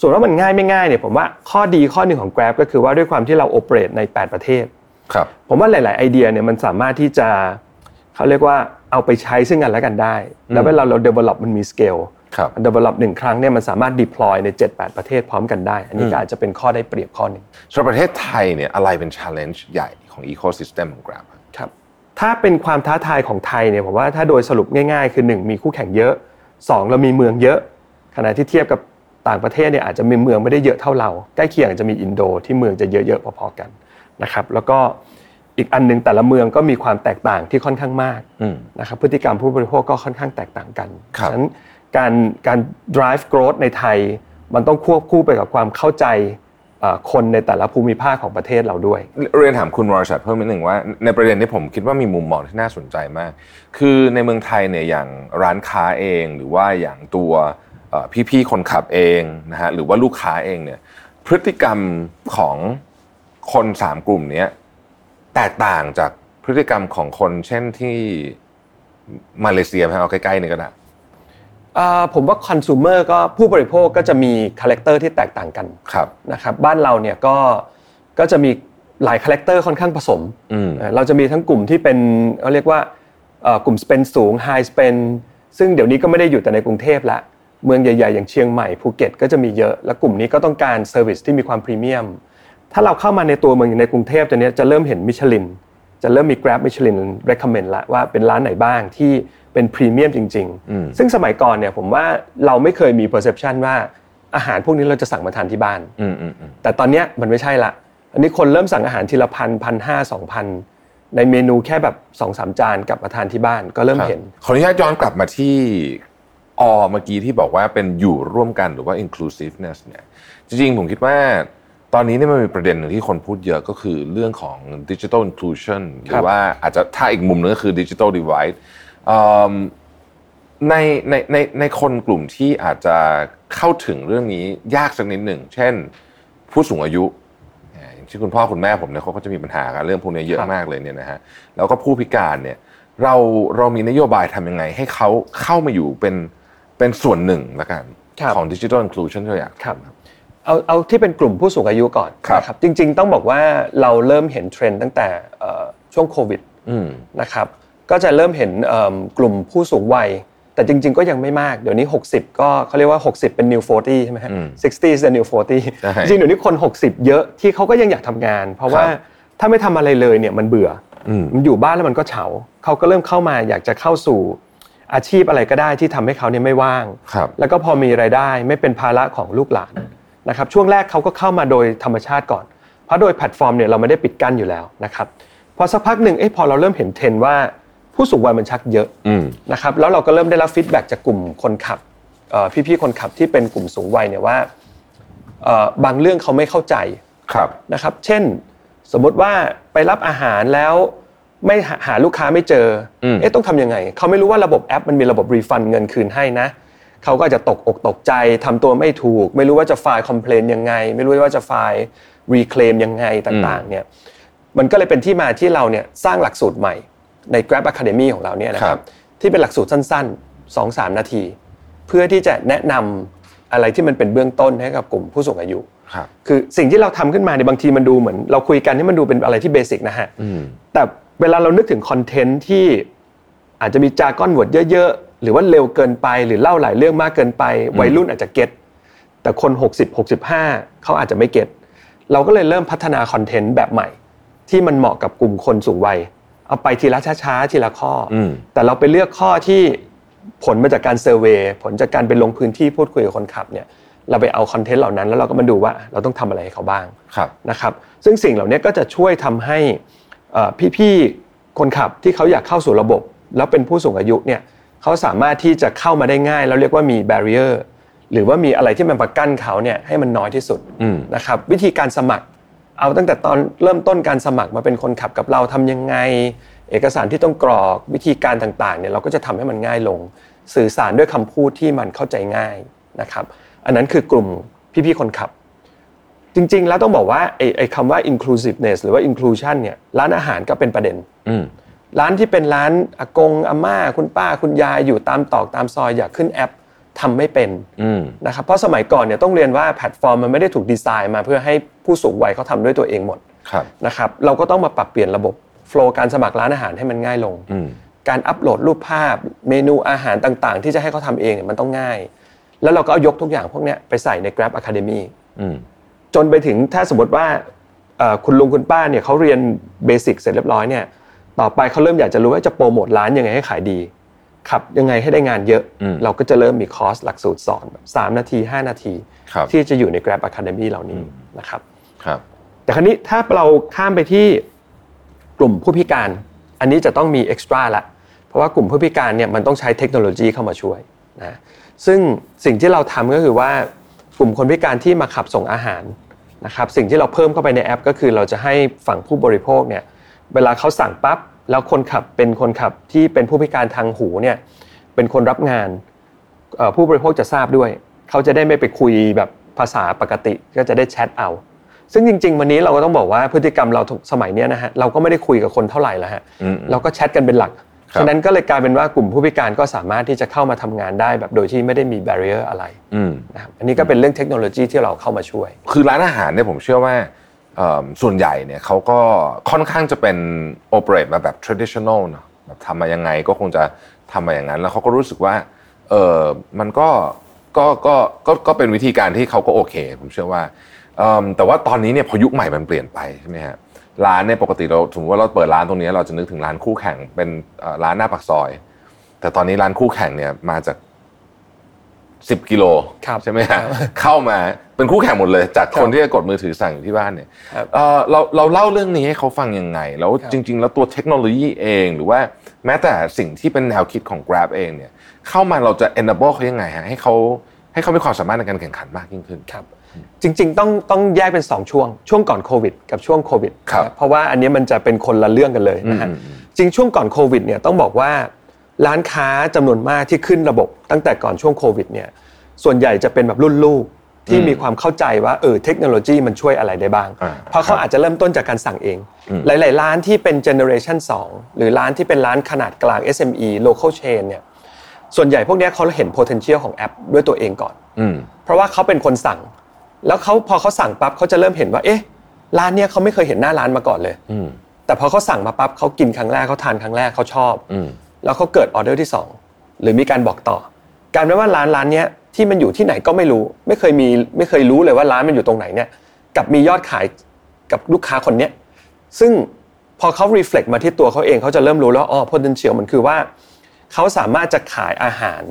A: ส่วนว่ามันง่ายไม่ง่ายเนี่ยผมว่าข้อดีข้อหนึ่งของ Grab ก็คือว่าด้วยความที่เรา operate ใน 8 ประเทศ
B: ครับ
A: ผมว่าหลาย ๆ ไอเดียเนี่ยมันสามารถที่จะเขาเรียกว่าเอาไปใช้ซึ่งกันและกันได้ แล้วเวลาเรา develop มันมี scale
B: ครับ
A: develop หนึ่งครั้งเนี่ยมันสามารถ deploy ใน 7-8 ประเทศพร้อมกันได้ อันนี้ก็อาจจะเป็นข้อได้เปรียบข้อหนึ่ง
B: สำหรับประเทศไทยเนี่ยอะไรเป็น challenge ใหญ่ของ ecosystem ของ Grab อะ
A: ครับ ถ้าเป็นความท้าทายของไทยเนี่ยผมว่าถ้าโดยสรุปง่าย ๆ คือ 1 มีคู่แข่งเยอะ 2 เรามีเมืองเยอะ ขณะที่เทียบกับต่างประเทศเนี่ยอาจจะมีเมืองไม่ได้เยอะเท่าเรา ใกล้เคียงอาจจะมีอินโดที่เมืองจะเยอะๆพอๆกันนะครับ แล้วก็อีกอันหนึงแต่ละเมืองก็มีความแตกต่างที่ค่อนข้างมาก
B: อืม
A: นะครับพฤติกรรมผู้บริโภคก็ค่อนข้างแตกต่างกัน
B: ครับ
A: ฉะนั้นการการ drive growth ในไทย มันต้องควบคู่ไปกับความเข้าใจเอ่อคนในแต่ละภูมิภาคของประเทศเราด้วย
B: เรียนถามคุณวรชัดเพิ่มนิดหนึ่งว่า ในประเด็นนี้ผมคิดว่ามีมุมมองที่น่าสนใจมาก คือในเมืองไทยเนี่ยอย่างร้านค้าเองหรือว่าอย่างตัวเอ่อพี่ๆคนขับเองนะฮะหรือว่าลูกค้าเองเนี่ยพฤติกรรมของคนสามกลุ่มเนี้ยแตกต่างจากพฤติกรรมของคนเช่นที่มาเลเซียไหมเอาใกล้ๆนี่ก็ได้
A: เอ่อผมว่าคอน sumer ก็ผู้บริโภคก็จะมีคาแรคเตอร์ที่แตกต่างกัน
B: ครับ
A: นะครับบ้านเราเนี่ยก็ก็จะมี หลายคาแรคเตอร์ค่อนข้างผสม
B: อืม
A: เอ่อเราจะมีทั้งกลุ่มที่เป็นเขาเรียกว่าเอ่อกลุ่มสเปนสูง High Spend ซึ่งเดี๋ยวนี้ก็ไม่ได้อยู่แต่ในกรุงเทพละเมืองใหญ่ๆ อย่างเชียงใหม่ภูเก็ตก็จะมีเยอะและกลุ่มนี้ก็ต้องการเซอร์วิสที่มีความพรีเมียมถ้าเราเข้ามาในตัวเมืองอย่างในกรุงเทพตอนนี้ยจะเริ่มเห็นมิชลิน จะเริ่มมี Grab Michelin recommend ละว่าเป็นร้านไหนบ้างที่เป็นพรีเมียมจริง ๆ ซึ่งสมัยก่อนเนี่ยผมว่าเราไม่เคยมี perception ว่าอาหารพวกนี้เราจะสั่งมาทานที่บ้าน
B: อืมอืมอืม
A: แต่ตอนเนี้ยมันไม่ใช่ละ อันนี้คนเริ่มสั่งอาหารทีละพันพันห้าสองพันในเมนูแค่แบบสองสามจานกลับมาทานที่บ้านก็เริ่ม
B: ครับ
A: เห็น
B: ขออนุญาตย้อนกลับมาที่ออเมื่อกี้ที่บอกว่าเป็นอยู่ร่วมกันหรือว่า inclusiveness เนี่ยจริงๆ ผมคิดว่าตอนนี้เนี่ยมันมีประเด็นหนึ่งที่คนพูดเยอะก็คือเรื่องของ digital inclusion หรื
A: ครั
B: อบ ว่าอาจจะถ้าอีกมุมนึงก็คือ digital divide เอิ่ม ในในในในคนกลุ่มที่อาจจะเข้าถึงเรื่องนี้ยากสักนิดหนึ่ง เช่น ผู้สูงอายุอ่าอย่างที่คุณพ่อคุณแม่ผมเนี่ยเขาก็จะมีปัญหากับเรื่องพวกนี้เยอะมากเลยเนี่ยนะฮะแล้วก็ผู้พิการเนี่ยเราเรามีนโยบายทำยังไง ให้เขาเข้ามาอยู่เป็นเป็นส่วนหนึ่งละกัน
A: ครับ
B: ของดิจิทัลอินคลูชันที่เราอยากทำ
A: เอาเอาที่เป็นกลุ่มผู้สูงอายุก่อน
B: ครับ
A: นะจริง ๆ ต้องบอกว่าเราเริ่มเห็นเทรนด์ตั้งแต่เอ่อช่วงโควิด
B: อืม
A: นะครับก็จะเริ่มเห็นเอิ่มกลุ่มผู้สูงวัย แต่จริง ๆ ก็ยังไม่มาก เดี๋ยวนี้ 60 ก็เขาเรียกว่า 60 เป็น new 40 ใช่ไหมฮะ
B: อืม
A: 60 is the new
B: ใช่
A: 40 จริงๆเดี๋ยวนี้คน 60 เยอะที่เขาก็ยังอยากทำงาน เพราะว่า
B: ครับ
A: ถ้าไม่ทำอะไรเลยเนี่ยมันเบื่ออ
B: ม
A: มันอยู่บ้านแล้วมันก็เฉาเขาก็เริ่มเข้ามาอยากจะเข้าสู่อาชีพอะไรก็ได้ที่ทำให้เขาเนี่ยไม่ว่าง
B: ครับ
A: แล้วก็พอมีรายได้ไม่เป็นภาระของลูกหลานนะครับช่วงแรกเขาก็เข้ามาโดยธรรมชาติก่อน เพราะโดยแพลตฟอร์มเนี่ยเราไม่ได้ปิดกั้นอยู่แล้วนะครับพอสักพักหนึ่งเอ๊ะพอเราเริ่มเห็นเทรนด์ว่าผู้สูงวัยมันชักเยอะ
B: อืม
A: นะครับแล้วเราก็เริ่มได้รับฟีดแบ็กจากกลุ่มคนขับเอ่อพี่ๆคนขับที่เป็นกลุ่มสูงวัยเนี่ยว่าเอ่อบางเรื่องเขาไม่เข้าใจ
B: ครับ
A: นะครับ เช่น สมมติว่าไปรับอาหารแล้วไม่หาหาลูกค้าไม่เจออ
B: ม
A: เอ๊ะต้องทำยังไง เขาไม่รู้ว่าระบบแอปมันมีระบบรีฟันเงินคืนให้นะ เขาก็อาจจะตกอกตกใจทำตัวไม่ถูก ไม่รู้ว่าจะไฟล์คอมเพลนยังไง ไม่รู้ว่าจะไฟล์รีเคลมยังไงต่างๆเนี่ย มันก็เลยเป็นที่มาที่เราเนี่ยสร้างหลักสูตรใหม่ใน Grab Academy ของเราเนี่ยนะค
B: ครั
A: รับบ ที่เป็นหลักสูตรสั้นๆ 2-3 นาที เพื่อที่จะแนะนำอะไรที่มันเป็นเบื้องต้นให้กับกลุ่มผู้สูงอายุ
B: ครับ
A: คือสิ่งที่เราทำขึ้นมาเนี่ยบางทีมันดูเหมือน เราคุยกันให้มันดูเป็นอะไรที่เบสิกนะฮะ
B: อืม
A: แต่เวลาเรานึกถึงคอนเทนต์ที่อาจจะมีจาก้อนวดเยอะๆ หรือว่าเร็วเกินไปหรือเล่าหลายเรื่องมากเกินไป วัยรุ่นอาจจะเก็ตแต่คน 60 65 เขาอาจจะไม่เก็ตเราก็เลยเริ่มพัฒนาคอนเทนต์แบบใหม่ ที่มันเหมาะกับกลุ่มคนสูงวัย เอาไปทีละช้าๆ ทีละข้ออ
B: ม
A: แต่เราไปเลือกข้อที่ผลมาจากการเซอร์เวยผลจากการไปลงพื้นที่พูดคุยกับคนขับเนี่ยเราไปเอาคอนเทนต์เหล่านั้นแล้วเราก็มาดูว่าเราต้องทำอะไรให้เขาบ้าง
B: ครับ
A: นะครับซึ่งสิ่งเหล่านี้ก็จะช่วยทำให้เอ่อพี่ๆคนขับที่เขาอยากเข้าสู่ระบบ แล้วเป็นผู้สูงอายุเนี่ยเขาสามารถที่จะเข้ามาได้ง่าย แล้วเรียกว่ามีแบเรียร์หรือว่ามีอะไรที่มันประกั้นเขาเนี่ยให้มันน้อยที่สุด
B: อืม
A: นะครับวิธีการสมัคร เอาตั้งแต่ตอนเริ่มต้นการสมัครมาเป็นคนขับกับเราทำยังไง เอกสารที่ต้องกรอกวิธีการต่างๆเนี่ยเราก็จะทำให้มันง่ายลง สื่อสารด้วยคำพูดที่มันเข้าใจง่ายนะครับอันนั้นคือกลุ่มพี่ๆคนขับ จริงๆ แล้วต้องบอกว่าไอ้ไอ้คำว่า inclusiveness หรือว่า inclusion เนี่ยร้านอาหารก็เป็นประเด็น
B: อืม
A: ร้านที่เป็นร้านอากงอาม่า คุณป้าคุณยายอยู่ตามตอกตามซอยอยากขึ้นแอปทำไม่เป็น
B: อืม
A: นะครับเพราะสมัยก่อนเนี่ยต้องเรียนว่าแพลตฟอร์มมันไม่ได้ถูกดีไซน์มาเพื่อให้ผู้สูงวัยเขาทำด้วยตัวเองหมด
B: ครับ
A: นะครับเราก็ต้องมาปรับเปลี่ยนระบบโฟล์การสมัครร้านอาหารให้มันง่ายลง
B: อืม
A: การอัปโหลดรูปภาพเมนูอาหารต่างๆ ที่จะให้เขาทำเองเนี่ยมันต้องง่าย แล้วเราก็เอายกทุกอย่างพวกเนี้ยไปใส่ใน Grab Academy
B: อืม
A: จนไปถึงถ้าสมมติว่าเอ่อคุณลุงคุณป้าเนี่ยเขาเรียนเบสิกเสร็จเรียบร้อยเนี่ยต่อไปเขาเริ่มอยากจะรู้ว่าจะโปรโมทร้านยังไงให้ขายดีขับยังไงให้ได้งานเยอะ
B: อืม
A: เราก็จะเริ่มมีคอร์สหลักสูตรสอนแบบ3นาที 5 นาที
B: ครับ
A: ที่จะอยู่ใน Grab Academy เหล่านี้นะครับ
B: ครับ
A: แต่ครั้นี้ถ้าเราข้ามไปที่กลุ่มผู้พิการ อันนี้จะต้องมีเอ็กซ์ตร้าละ เพราะว่ากลุ่มผู้พิการเนี่ยมันต้องใช้เทคโนโลยีเข้ามาช่วยนะซึ่งสิ่งที่เราทำก็คือว่ากลุ่มคนพิการที่มาขับส่งอาหารนะครับสิ่งที่เราเพิ่มเข้าไปในแอป ก็คือเราจะให้ฝั่งผู้บริโภคเนี่ยเวลาเขาสั่งปั๊บแล้วคนขับเป็นคนขับที่เป็นผู้พิการทางหูเนี่ยเป็นคนรับงาน เอ่อผู้บริโภคจะทราบด้วย เขาจะได้ไม่ไปคุยแบบภาษาปกติก็จะได้แชทเอา ซึ่งจริง ๆ วันนี้เราก็ต้องบอกว่าพฤติกรรมเราสมัยเนี้ยนะฮะเราก็ไม่ได้คุยกับคนเท่าไหร่แล้วฮะ
B: อืม
A: เราก็แชทกันเป็นหลัก
B: ครับ
A: ฉะนั้นก็เลยกลายเป็นว่ากลุ่มผู้พิการก็สามารถที่จะเข้ามาทำงานได้แบบโดยที่ไม่ได้มีแบเรียร์อะไร
B: อืม
A: นะครับอันนี้ก็เป็นเรื่องเทคโนโลยีที่เราเข้ามาช่วย
B: คือร้านอาหารเนี่ยผมเชื่อว่าเ เอิ่มส่วนใหญ่เนี่ยเขาก็ค่อนข้างจะเป็นโอเปเรตมาแบบ traditional เนอะแบบทำมายังไงก็คงจะทำมาอย่างนั้น แล้วเขาก็รู้สึกว่าเออมันก็ก็ก็ก็ก็เป็นวิธีการที่เขาก็โอเค ผมเชื่อว่าเอิ่มแต่ว่าตอนนี้เนี่ยพอยุคใหม่มันเปลี่ยนไปใช่ไหมฮะร้านเนี่ยปกติเราสมมติว่าเราเปิดร้านตรงนี้เราจะนึกถึงร้านคู่แข่งเป็นเอ่อร้านหน้าปากซอย แต่ตอนนี้ร้านคู่แข่งเนี่ยมาจาก 10 กิโล
A: ครับ
B: ใช่ไหม
A: ครั
B: ฮะ
A: บ
B: เข้ามาเป็นคู่แข่งหมดเลย จาก
A: ครับ
B: คนที่จะกดมือถือสั่งอยู่ที่บ้านเนี่ย
A: ครับ
B: เอ่อเราเราเล่าเรื่องนี้ให้เขาฟังยังไง แล้ว
A: ครับ
B: จริง ๆ แล้วตัวเทคโนโลยีเอง หรือว่าแม้แต่สิ่งที่เป็นแนวคิดของ Grab เองเนี่ยเข้ามาเราจะ enable เขายังไงฮะให้เขาให้เขามีความสามารถในการแข่งขันมากยิ่งขึ้น
A: ครับจริงๆ ต้องต้องแยกเป็น 2 ช่วง ช่วงก่อนโควิดกับช่วงโควิด
B: ครับ
A: นะเพราะว่าอันเนี้ยมันจะเป็นคนละเรื่องกันเลยนะฮะ
B: อืมอืม
A: จริงช่วงก่อนโควิดเนี่ยต้องบอกว่าร้านค้าจำนวนมากที่ขึ้นระบบ ตั้งแต่ก่อนช่วงโควิดเนี่ยส่วนใหญ่จะเป็นแบบรุ่นลูกที่มีความเข้าใจว่าเออเทคโนโลยีมันช่วยอะไรได้บ้าง
B: อ่า
A: เพราะเขาอาจจะเริ่มต้นจากการสั่งเอง หลาย ๆ ร้านที่เป็นเจเนอเรชัน2หรือร้านที่เป็นร้านขนาดกลาง SME local chain เนี่ยส่วนใหญ่พวกเนี้ยเขาเห็น potential ของแอปด้วยตัวเองก่อน
B: อืม
A: เพราะว่าเขาเป็นคนสั่ง แล้วเขาพอเขาสั่งปั๊บเขาจะเริ่มเห็นว่าเอ๊ะร้านเนี้ยเขาไม่เคยเห็นหน้าร้านมาก่อนเลย
B: อืม
A: แต่พอเขาสั่งมาปั๊บเขากินครั้งแรกเขาทานครั้งแรกเขาชอบ
B: อืม
A: แล้วเขาเกิดออเดอร์ที่ 2 หรือมีการบอกต่อกลารเป็นว่าร้านร้านเนี้ยที่มันอยู่ที่ไหนก็ไม่รู้ ไม่เคยมีไม่เคยรู้เลยว่าร้านมันอยู่ตรงไหนเนี่ยกลับมียอดขายกับลูกค้าคนเนี้ยซึ่งพอเขา reflect มาที่ตัวเขาเองเขาจะเริ่มรู้แล้วอ๋อ potential มันคือว่า เขาสามารถจะขายอาหาร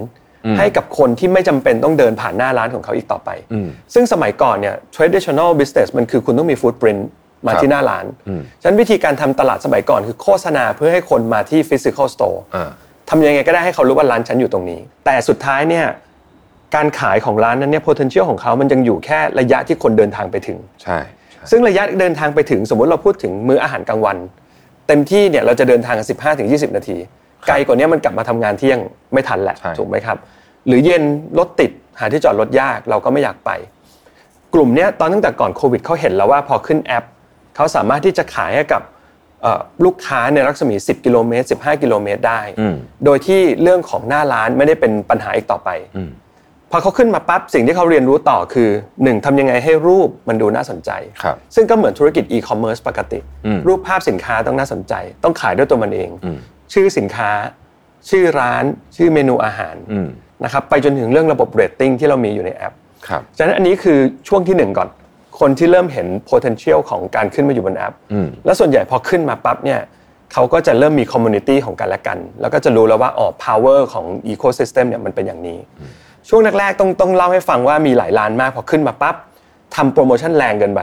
A: ให้กับคนที่ไม่จำเป็นต้องเดินผ่านหน้าร้านของเขาอีกต่อไป
B: อืม
A: ซึ่งสมัยก่อนเนี่ย traditional business มันคือคุณต้องมี footprint มา
B: ครับ
A: ที่หน้าร้าน
B: อืม
A: ฉะนั้นวิธีการทำตลาดสมัยก่อนคือโฆษณาเพื่อให้คนมาที่ physical store
B: อ่า
A: ทำยังไงก็ได้ให้เขารู้ว่าร้านฉันอยู่ตรงนี้ แต่สุดท้ายเนี่ยการขายของร้านนั้นเนี่ย potential ของเขามันยังอยู่แค่ระยะที่คนเดินทางไปถึง
B: ใช่ใช่
A: ซึ่งระยะเดินทางไปถึงสมมติเราพูดถึงมื้ออาหารกลางวัน เต็มที่เนี่ยเราจะเดินทาง 15ถึง20 นาที ไกลกว่านี้มันกลับมาทำงานเที่ยงไม่ทันแหละ
B: ใช่
A: ถูกไหมครับ หรือเย็นรถติดหาที่จอดรถยากเราก็ไม่อยากไป กลุ่มเนี้ยตอนตั้งแต่ก่อนโควิดเขาเห็นแล้วว่าพอขึ้นแอปเขาสามารถที่จะขายให้กับเอ่อลูกค้าในรัศมี 10 กิโลเมตร 15 กิโลเมตรได้
B: อืม
A: โดยที่เรื่องของหน้าร้านไม่ได้เป็นปัญหาอีกต่อไป
B: อืม
A: พอเขาขึ้นมาปั๊บสิ่งที่เขาเรียนรู้ต่อคือ 1. ทำยังไงให้รูปมันดูน่าสนใจ
B: ครับ
A: ซึ่งก็เหมือนธุรกิจอีคอมเมิร์ซปกติ
B: อืม
A: รูปภาพสินค้าต้องน่าสนใจ ต้องขายด้วยตัวมันเอง
B: อืม
A: ชื่อสินค้า ชื่อร้าน ชื่อเมนูอาหาร
B: อืม
A: นะครับไปจนถึงเรื่องระบบเรตติ้งที่เรามีอยู่ในแอป
B: ครับ
A: ฉะนั้นอันนี้คือช่วงที่หนึ่งก่อน คนที่เริ่มเห็น potential ของการขึ้นมาอยู่บนแอป
B: อืม
A: แล้วส่วนใหญ่พอขึ้นมาปั๊บเนี่ยเขาก็จะเริ่มมี community ของกันและกัน แล้วก็จะรู้แล้วว่าอ๋อ power ของ ecosystem เนี่ยมันเป็นอย่างนี้ ช่วงแรกๆต้องต้องเล่าให้ฟังว่ามีหลายร้านมาก พอขึ้นมาปั๊บทำโปรโมชั่นแรงเกินไป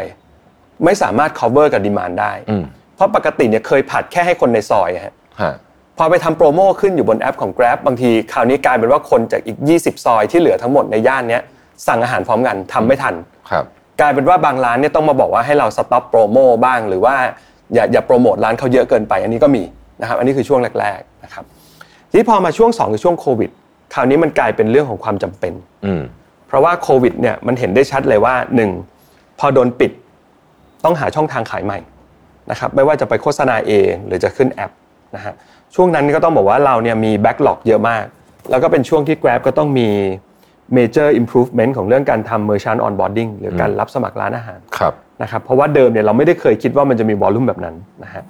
A: ไม่สามารถ cover กับ demand ได้
B: อืม
A: เพราะปกติเนี่ยเคยผัดแค่ให้คนในซอยอะฮะ
B: ฮะ
A: พอไปทำโปรโมขึ้นอยู่บนแอปของ Grab บางทีคราวนี้กลายเป็นว่าคนจากอีก 20 ซอยที่เหลือทั้งหมดในย่านเนี้ยสั่งอาหารพร้อมกันทำไม่ทัน
B: ครับ
A: กลายเป็นว่าบางร้านเนี่ยต้องมาบอกว่าให้เราสต็อปโปรโมบ้าง หรือว่าอย่าอย่าโปรโมทร้านเขาเยอะเกินไป อันนี้ก็มีนะครับอันนี้คือช่วงแรกๆนะครับทนี่พอมาช่วง2คือช่วงโควิดคราวนี้มันกลายเป็นเรื่องของความจำเป็น
B: อืม
A: เพราะว่าโควิดเนี่ยมันเห็นได้ชัดเลยว่า 1. พอโดนปิดต้องหาช่องทางขายใหม่นะครับไม่ว่าจะไปโฆษณาเองหรือจะขึ้นแอปนะฮะช่วงนั้นก็ต้องบอกว่าเราเนี่ยมีแบ็กหลอกเยอะมาก แล้วก็เป็นช่วงที่ Grab ก็ต้องมี major improvement ของเรื่องการทำ merchant onboarding หรือการรับสมัครร้านอาหาร
B: ครับ
A: นะครับเพราะว่าเดิมเนี่ยเราไม่ได้เคยคิดว่ามันจะมีวอลลุ่มแบบนั้นนะฮะ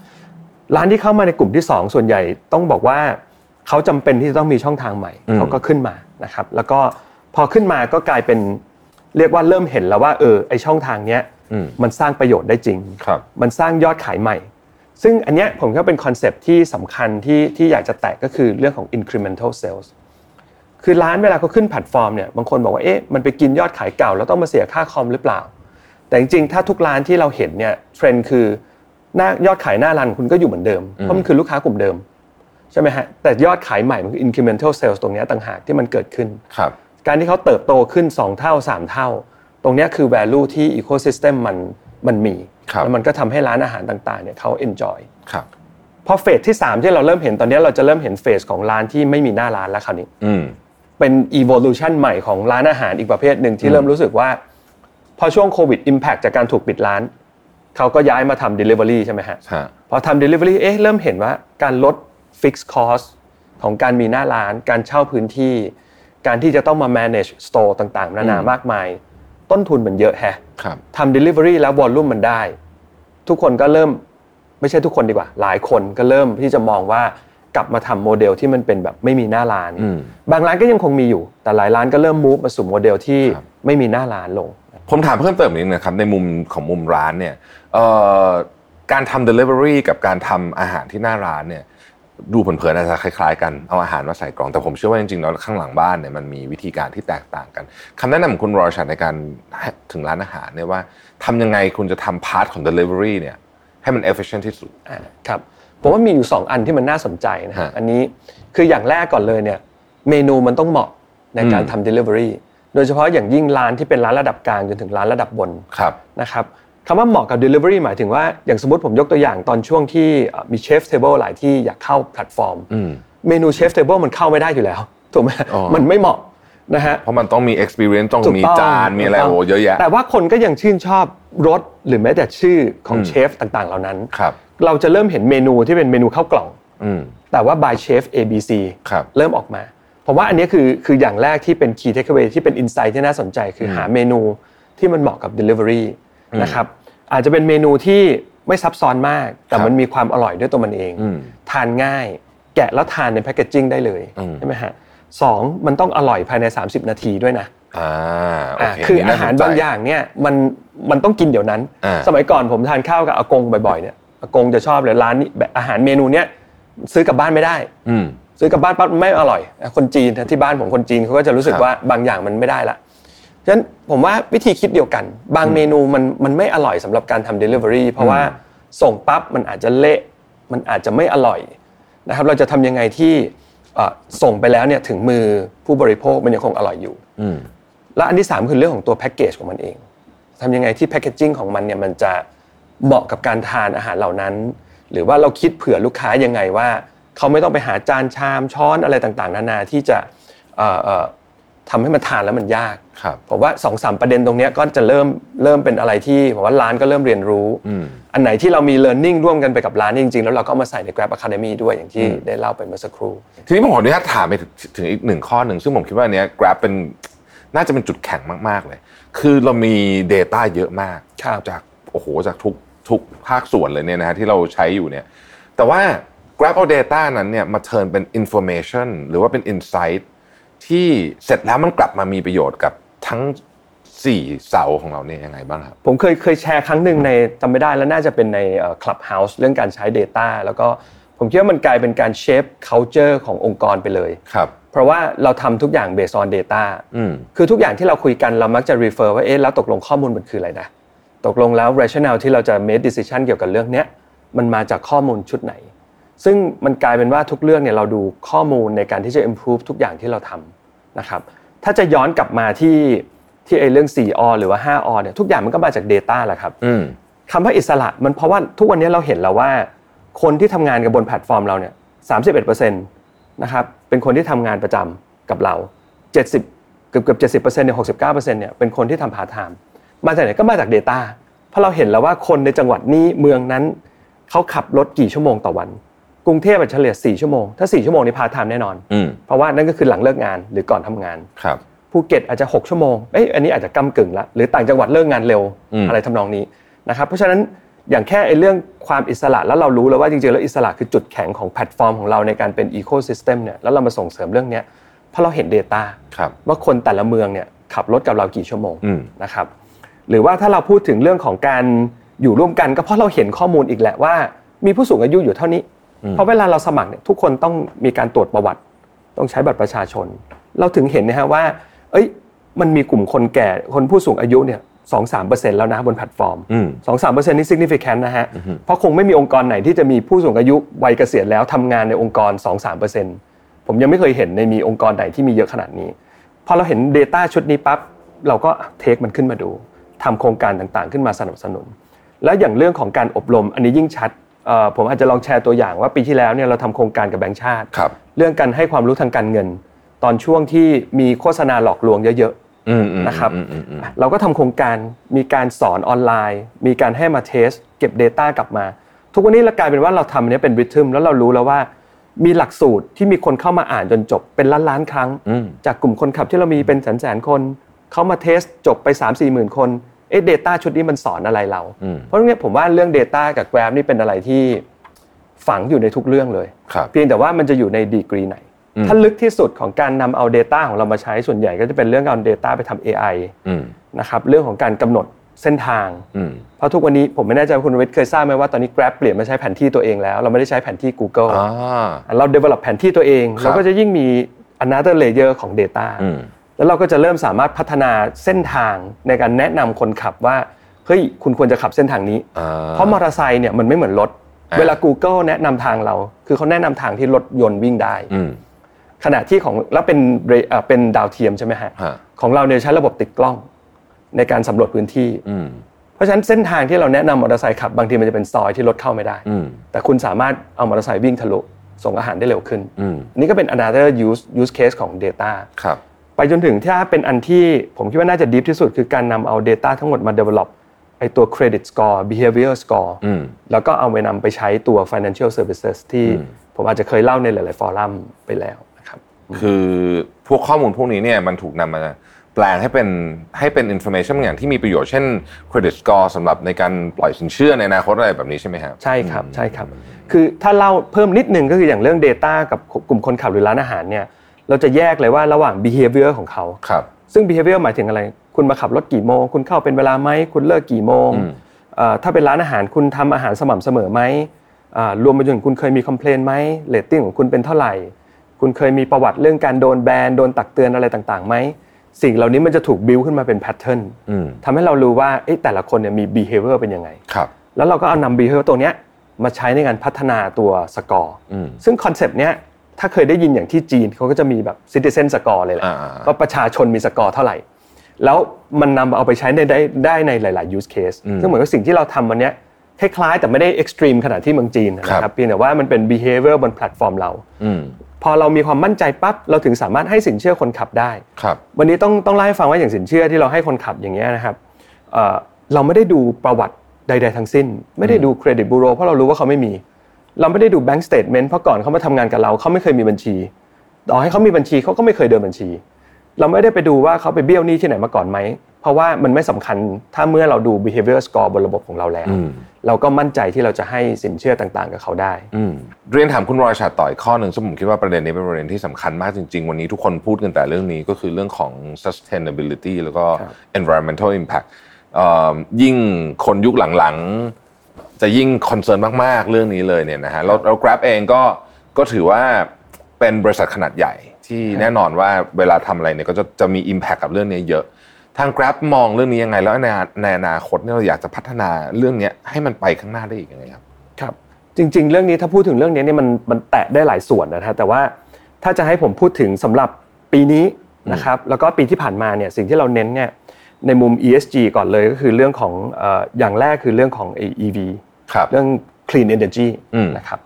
A: ร้านที่เข้ามาในกลุ่มที่ 2 ส่วนใหญ่ต้องบอกว่าเขาจำเป็นที่จะต้องมีช่องทางใหม่
B: อืม
A: เขาก็ขึ้นมานะครับแล้วก็พอขึ้นมาก็กลายเป็นเรียกว่าเริ่มเห็นแล้วว่าเออไอช่องทางเนี้ย
B: อืม
A: มันสร้างประโยชน์ได้จริง
B: ครับ
A: มันสร้างยอดขายใหม่ ซึ่งอันเนี้ยผมก็เป็นคอนเซปต์ที่สำคัญที่ที่อยากจะแตะก็คือเรื่องของ incremental sales คือร้านเวลาเขาขึ้นแพลตฟอร์มเนี่ยบางคนบอกว่าเอ๊ะมันไปกินยอดขายเก่า แล้วต้องมาเสียค่าคอมหรือเปล่า แต่จริงๆ ถ้าทุกร้านที่เราเห็นเนี่ยเทรนด์คือหน้ายอดขายหน้าร้านของคุณก็อยู่เหมือนเดิม เพราะมันคือลูกค้ากลุ่มเดิม ใช่ไหมฮะ แต่ยอดขายใหม่มันคือ incremental sales ตรงเนี้ยต่างหากที่มันเกิดขึ้น
B: ครับ
A: การที่เขาเติบโตขึ้น 2 เท่า 3 เท่า ตรงเนี้ยคือ value ที่ ecosystem มันมันมี
B: ครับ
A: แล้วมันก็ทำให้ร้านอาหารต่างๆเนี่ยเขา enjoy
B: ครับ
A: พอเฟสที่ 3 ที่เราเริ่มเห็นตอนเนี้ยเราจะเริ่มเห็นเฟสของร้านที่ไม่มีหน้าร้านแล้วคราวนี้
B: อืม
A: เป็น evolution ใหม่ของร้านอาหารอีกประเภทหนึ่งที่เริ่มรู้สึกว่า พอช่วงโควิด impact จากการถูกปิดร้าน เขาก็ย้ายมาทำ delivery ใช่ไหมฮะ
B: ฮะ
A: พอทำ delivery เอ๊ะเริ่มเห็นว่าการลด fixed cost ของการมีหน้าร้าน การเช่าพื้นที่ การที่จะต้องมา manage store ต่างๆ นานามากมาย ต้นทุนมันเยอะแฮะ
B: ครับ
A: ทำ delivery แล้ววอลลุ่มมันได้ ทุกคนก็เริ่มไม่ใช่ทุกคนดีกว่า หลายคนก็เริ่มที่จะมองว่ากลับมาทำโมเดลที่มันเป็นแบบไม่มีหน้าร้าน
B: อืม
A: บางร้านก็ยังคงมีอยู่ แต่หลายร้านก็เริ่มมูฟมาสู่โมเดลที่
B: ครับ
A: ไม่มีหน้าร้านลง
B: ผมถามเพิ่มเติมนิดนึงนะครับในมุมของมุมร้านเนี่ยเอ่อการทำ Delivery กับการทำอาหารที่หน้าร้านเนี่ยดูเผินๆอาจจะคล้ายๆกันเอาอาหารมาใส่กล่องแต่ผมเชื่อว่าจริงๆแล้วข้างหลังบ้านเนี่ยมันมีวิธีการที่แตกต่างกันคำแนะนำของคุณรอชันในการถึงร้านอาหารเนี่ยว่าทำยังไงคุณจะทำพาร์ทของ Delivery เนี่ยให้มัน efficient ที่สุด
A: อ่าครับผมว่ามีอยู่ 2 อันที่มันน่าสนใจนะฮะ
B: ฮะ
A: อันนี้คืออย่างแรกก่อนเลยเนี่ยเมนูมันต้องเหมาะในการ
B: อืม
A: ทำ Delivery โดยเฉพาะอย่างยิ่งร้านที่เป็นร้านระดับกลางจนถึงร้านระดับบน
B: ครับ
A: นะครับคำว่าเหมาะกับ Delivery หมายถึงว่าอย่างสมมติผมยกตัวอย่างตอนช่วงที่เอ่อมีเชฟเทเบิลหลายที่อยากเข้าแพลตฟอร์ม
B: อืม
A: เมนูเชฟเทเบิลมันเข้าไม่ได้อยู่แล้วถูกไหม
B: อ๋อ
A: มันไม่เหมาะนะฮะ
B: เพราะมันต้องมี experience ต้อง
A: ถูก
B: มี
A: ต้อง
B: จานมีอะไร
A: ถูกต้
B: โอ้
A: ง
B: โหเยอะแยะ
A: แต่ว่าคนก็ยังชื่นชอบรสหรือแม้แต่ชื่อของ
B: อืม
A: เชฟต่างๆ เหล่านั้น
B: ครับ
A: เราจะเริ่มเห็นเมนูที่เป็นเมนูข้าวกล่อง
B: อืม
A: แต่ว่า by chef ABC
B: ครับ
A: เริ่มออกมา ผมว่าอันนี้คือคืออย่างแรกที่เป็น key takeaway ที่เป็น insight ที่น่าสนใจ คือหาเมนูที่มันเหมาะกับ delivery นะครับอาจจะเป็นเมนูที่ไม่ซับซ้อนมาก แต่
B: ครับ
A: มันมีความอร่อยด้วยตัวมันเอง
B: อืม
A: ทานง่าย แกะแล้วทานในแพ c เกจจิ้งได้เลย
B: อืม
A: ใช่ไหมฮะสองมันต้องอร่อยภายใน 30 นาทีด้วยนะ
B: อ่าโอ
A: อ่ะ
B: เค
A: คือ
B: นี่
A: อา
B: น่สนใจ
A: หารบางอย่างเนี่ยมันมันต้องกินเดี๋ยวนั้น
B: อ่า
A: สมัยก่อนผมทานข้าวกับอากงบ่อยๆเนี่ยอากงจะชอบเลยร้านนี้แบบอาหารเมนูเนี้ยซื้อกลับบ้านไม่ได้
B: อืม
A: ซื้อกลับบ้านปั๊บไม่อร่อยอ่ะคนจีนนะที่บ้านผมคนจีนเขาก็จะรู้สึก
B: ครับ
A: ว่าบางอย่างมันไม่ได้ละฉะนั้นผมว่าวิธีคิดเดียวกัน บางเมนูมันมันไม่อร่อยสำหรับการทำ Delivery เพราะว่าส่งปั๊บมันอาจจะเละมันอาจจะไม่อร่อยนะครับเราจะทำยังไงที่เอ่อส่งไปแล้วเนี่ยถึงมือผู้บริโภคมันยังคงอร่อยอยู่
B: อืม
A: แล้วอันที่ 3 คือเรื่องของตัวแพ็กเกจของมันเองทำยังไงที่แพ็กเกจจิ้งของมันเนี่ยมันจะเหมาะกับการทานอาหารเหล่านั้น หรือว่าเราคิดเผื่อลูกค้ายังไงว่า เขาไม่ต้องไปหาจานชามช้อนอะไรต่างๆ นานาที่จะเอ่อเอ่อทำให้มันทานแล้วมันยาก
B: ครับ
A: ผมว่าสองสามประเด็นตรงเนี้ยก็จะเริ่มเริ่มเป็นอะไรที่ผมว่าร้านก็เริ่มเรียนรู้
B: อืม
A: อันไหนที่เรามี learning ร่วมกันไปกับร้านเนี่ยจริงๆ แล้วเราก็เอามาใส่ใน Grab Academy ด้วยอย่างที่ได้เล่าไปเมื่อสักครู่
B: ทีนี้ผมขออนุญาตถามไปถึงถึงอีกหนึ่งข้อหนึ่ง ซึ่งผมคิดว่าอันเนี้ย Grab เป็นน่าจะเป็นจุดแข็งมาก ๆ เลย คือเรามี Data เยอะมาก
A: ครับ
B: จากโอ้โหจากทุกทุกภาคส่วนเลยเนี่ยนะฮะที่เราใช้อยู่เนี่ย แต่ว่า Grab เอา Data นั้นเนี่ยมาเทิร์นเป็น Information หรือว่าเป็น Insight ที่เสร็จแล้วมันกลับมามีประโยชน์กับทั้งสี่เสาของเราเนี่ยยังไงบ้างครับ
A: ผมเคยเคยแชร์ครั้งหนึ่งในจำไม่ได้แล้วน่าจะเป็นในเอ่อ Clubhouse เรื่องการใช้ Data แล้วก็ผมคิดว่ามันกลายเป็นการเชฟ culture ขององค์กรไปเลย
B: ครับ
A: เพราะว่าเราทำทุกอย่าง based on data
B: อืม
A: คือทุกอย่างที่เราคุยกันเรามักจะ refer ว่าเอ๊ะแล้วตกลงข้อมูลมันคืออะไรนะ ตกลงแล้ว rationale ที่เราจะ make decision เกี่ยวกับเรื่องเนี้ยมันมาจากข้อมูลชุดไหน ซึ่งมันกลายเป็นว่าทุกเรื่องเนี่ยเราดูข้อมูลในการที่จะ improve ทุกอย่างที่เราทำนะครับถ้าจะย้อนกลับมาที่ที่ไอ้เรื่อง 4 อ หรือว่า 5 อเนี่ยทุกอย่างมันก็มาจาก Data แหละครับ
B: อืม
A: คำว่าอิสระมันเพราะว่าทุกวันนี้เราเห็นแล้วว่า คนที่ทำงานกับบนแพลตฟอร์มเราเนี่ยสานะครับเป็นคนที่ทำงานประจำกับเรา 70 เกือบเกือบเจ็ดสิบเปอร์เซ็นต์เนี่ยหกสิบเก้าเปอร์เซ็นต์เนี่ยเป็นคนที่ทำพาร์ทไทม์มาจากไหนก็มาจาก Data เพราะเราเห็นแล้วว่าคนในจังหวัดนี้เมืองนั้นเขาขับรถกี่ชั่วโมงต่อวัน กรุงเทพอาจจะเฉลี่ย4ชั่วโมงถ้า4ชั่วโมงนี่พาร์ทไทม์แน่นอน
B: อืม
A: เพราะว่านั่นก็คือหลังเลิกงานหรือก่อนทำงาน
B: ครับ
A: ภูเก็ตอาจจะ 6 ชั่วโมง เอ้ย อันนี้อาจจะกำกึ่งละ หรือต่างจังหวัดเลิกงานเร็ว
B: อืม
A: อะไรทำนองนี้นะครับ เพราะฉะนั้นอย่างแค่ไอ้เรื่องความอิสระแล้วเรารู้แล้วว่าจริงๆ แล้วอิสระคือจุดแข็งของแพลตฟอร์มของเราในการเป็นอีโคซิสเต็มเนี่ย แล้วเรามาส่งเสริมเรื่องเนี้ยเพราะเราเห็น Data
B: ครับ
A: ว่าคนแต่ละเมืองเนี่ยขับรถกับเรากี่ชั่วโมง
B: อืม
A: นะครับ หรือว่าถ้าเราพูดถึงเรื่องของการอยู่ร่วมกันก็เพราะเราเห็นข้อมูลอีกแหละว่า มีผู้สูงอายุอยู่เท่านี้ เพราะเวลาเราสมัครเนี่ยทุกคนต้องมีการตรวจประวัติ ต้องใช้บัตรประชาชน เราถึงเห็นนะฮะว่า เอ้ยมันมีกลุ่มคนแก่คนผู้สูงอายุเนี่ยสองสามเปอร์เซ็นต์แล้วนะบนแพลตฟอร์ม
B: อืม
A: สองสามเปอร์เซ็นต์นี่ significant นะฮะเพราะคงไม่มีองค์กรไหนที่จะมีผู้สูงอายุวัยเกษียณแล้วทำงานในองค์กรสองสามเปอร์เซ็นต์ผมยังไม่เคยเห็นในมีองค์กรไหนที่มีเยอะขนาดนี้ พอเราเห็น Data ชุดนี้ปั๊บเราก็เทคมันขึ้นมาดูทำโครงการต่างๆ ขึ้นมาสนับสนุน แล้วอย่างเรื่องของการอบรมอันนี้ยิ่งชัดเอ่อผมอาจจะลองแชร์ตัวอย่างว่าปีที่แล้วเนี่ยเราทำโครงการกับแบงค์ชาติ
B: ครับ
A: เรื่องการให้ความรู้ทางการเงิน ตอนช่วงที่มีโฆษณาหลอกลวงเยอะ
B: อืมอืม
A: ๆนะครับ
B: อืมอืมอืม
A: เราก็ทำโครงการมีการสอนออนไลน์ มีการให้มาเทส เก็บ Data กลับมา ทุกวันนี้เรากลายเป็นว่าเราทำอันนี้เป็นริทึมแล้วเรารู้แล้วว่า มีหลักสูตรที่มีคนเข้ามาอ่านจนจบเป็นล้านล้านๆครั้ง
B: อืม
A: จากกลุ่มคนขับที่เรามีเป็นแสนแสนๆคน เขามาเทสจบไป 3 4มสี่หมื่นคน เอ๊ะ data ชุดนี้มันสอนอะไรเรา
B: อืม
A: เพราะตรงเนี้ยผมว่าเรื่อง Data กับ Grab นี่เป็นอะไรที่ฝังอยู่ในทุกเรื่องเลย
B: ครับ
A: เพียงแต่ว่ามันจะอยู่ในดีกรีไหน
B: อืม
A: ถ้าลึกที่สุดของการนำเอา Data ของเรามาใช้ส่วนใหญ่ก็จะเป็นเรื่องการเอา Data ไปทำ AI
B: อืม
A: นะครับเรื่องของการกำหนดเส้นทาง
B: อืม
A: เพราะทุกวันนี้ผมไม่แน่ใจว่าคุณวิทย์เคยทราบไหมว่าตอนนี้ Grab เปลี่ยนมาใช้แผนที่ตัวเองแล้ว เราไม่ได้ใช้แผนที่ Google
B: อ่า
A: เรา develop แผนที่ตัวเอง
B: ครับ
A: เราก็จะยิ่งมี another layer ของ Data
B: อืม
A: แล้วเราก็จะเริ่มสามารถพัฒนาเส้นทางในการแนะนำคนขับว่าเฮ้ยคุณควรจะขับเส้นทางนี้
B: อ่า
A: เพราะมอเตอร์ไซค์เนี่ยมันไม่เหมือนรถ
B: อ่า
A: เวลา Google แนะนำทางเรา คือเขาแนะนำทางที่รถยนต์วิ่งได้
B: อืม
A: ขณะที่ของแล้วเป็นเรเอ่อเป็นดาวเทียมใช่ไหมฮะ
B: ฮะ
A: ของเราเนี่ยใช้ระบบติดกล้อง ในการสำรวจพื้นที่
B: อืม
A: เพราะฉะนั้นเส้นทางที่เราแนะนำมอเตอร์ไซค์ขับบางทีมันจะเป็นซอยที่รถเข้าไม่ได้
B: อืม
A: แต่คุณสามารถเอามอเตอร์ไซค์วิ่งทะลุส่งอาหารได้เร็วขึ้น
B: อืม
A: นี่ก็เป็น another use use case ของ Data
B: ครับ
A: ไปจนถึงถ้าเป็นอันที่ผมคิดว่าน่าจะดีที่สุด คือการนำเอา Data ทั้งหมดมา develop ไอตัว credit score behavior score
B: อืม
A: แล้วก็เอาไปนำไปใช้ตัว financial services ที่ผมอาจจะเคยเล่าในหลาย ๆ ฟอรัมไปแล้วนะครับ
B: คือพวกข้อมูลพวกนี้เนี่ยมันถูกนำมาแปลงให้เป็นให้เป็น information บางอย่างที่มีประโยชน์เช่น credit score สำหรับในการปล่อยสินเชื่อในอนาคตอะไรแบบนี้ใช่ไหมครับ
A: ใช่ครับใช่ครับ คือถ้าเล่าเพิ่มนิดนึงก็คืออย่างเรื่อง Data กับกลุ่มคนขับหรือร้านอาหารเนี่ยเราจะแยกเลยว่าระหว่าง behavior ของเขา
B: ครับ
A: ซึ่ง behavior หมายถึงอะไร คุณมาขับรถกี่โมง คุณเข้าเป็นเวลาไหม คุณเลิกกี่โมง
B: อืม
A: เอ่อถ้าเป็นร้านอาหารคุณทำอาหารสม่ำเสมอไหมอ่ารวมไปจนถึงคุณเคยมีคอมเพลนไหมเรตติ้งของคุณเป็นเท่าไหร่ คุณเคยมีประวัติเรื่องการโดนแบน โดนตักเตือนอะไรต่างๆไหม สิ่งเหล่านี้มันจะถูกบิวขึ้นมาเป็นแพทเทิร์น
B: อืม
A: ทำให้เรารู้ว่าเอ๊ะแต่ละคนเนี่ยมี behavior เป็นยังไง
B: ครับ
A: แล้วเราก็เอานำ behavior ตัวเนี้ยมาใช้ในการพัฒนาตัวสกอร์
B: อืม
A: ซึ่งคอนเซปต์เนี้ยถ้าเคยได้ยินอย่างที่จีนเขาก็จะมีแบบ citizen score เลยแหละ
B: อ่า
A: ว่าประชาชนมีสกอร์เท่าไหร่ แล้วมันนำเอาไปใช้ในได้ได้ในหลาย ๆ use case
B: อืม
A: ซึ่งเหมือนกับสิ่งที่เราทำวันเนี้ยคล้าย ๆ แต่ไม่ได้ extreme ขนาดที่เมืองจีนนะ
B: ค
A: ค
B: รั
A: รับ บเพียงแต่ว่ามันเป็น behavior บนแพลตฟอร์มเรา
B: อืม
A: พอเรามีความมั่นใจปั๊บ เราถึงสามารถให้สินเชื่อคนขับได้
B: ครับ
A: วันนี้ต้องต้องเล่าให้ฟังว่าอย่างสินเชื่อที่เราให้คนขับอย่างเงี้ยนะครับเอ่อเราไม่ได้ดูประวัติใด ๆ ทั้งสิ้น ไม่ได้ดูเครดิตบูโรเพราะเรารู้ว่าเขาไม่มี เราไม่ได้ดูแบงก์สเตทเมนต์เพราะก่อนเขามาทำงานกับเราเขาไม่เคยมีบัญชีต่อให้เขามีบัญชีเขาก็ไม่เคยเดินบัญชี เราไม่ได้ไปดูว่าเขาไปเบี้ยวหนี้ที่ไหนมาก่อนไหม เพราะว่ามันไม่สำคัญถ้าเมื่อเราดู behavior score บนระบบของเราแล้ว
B: อืม
A: เราก็มั่นใจที่เราจะให้สินเชื่อต่างๆ กับเขาได้
B: อืมเรียนถามคุณรอยชาติต่อยข้อหนึ่งซึ่งผมคิดว่าประเด็นนี้เป็นประเด็นที่สำคัญมากจริง ๆ วันนี้ทุกคนพูดกันแต่เรื่องนี้ก็คือเรื่องของ sustainability แล้วก็
A: ครับ
B: environmental impact เอ่อยิ่งคนยุคหลังๆ จะยิ่งคอนเซิร์นมาก ๆ เรื่องนี้เลยเนี่ยนะฮะแล้วแล้ว Grab เองก็ก็ถือว่าเป็นบริษัทขนาดใหญ่ ที่แน่นอนว่าเวลาทำอะไรเนี่ยก็จะจะมี Impact กับเรื่องนี้เยอะ ทาง Grab มองเรื่องนี้ยังไง แล้วในในอนาคตเนี่ยเราอยากจะพัฒนาเรื่องเนี้ยให้มันไปข้างหน้าได้อีกยังไงครับ
A: ครับจริงๆ เรื่องนี้ถ้าพูดถึงเรื่องนี้เนี่ยมันมันแตะได้หลายส่วนนะฮะแต่ว่าถ้าจะให้ผมพูดถึงสำหรับปีนี้นะครับแล้วก็ปีที่ผ่านมาเนี่ยสิ่งที่เราเน้นเนี่ยในมุม ESG ก่อนเลยก็คือเรื่องของเอ่ออย่างแรกคือเรื่องของไอ้ EV
B: ครับ
A: เรื่อง clean energy
B: อืม
A: นะครับ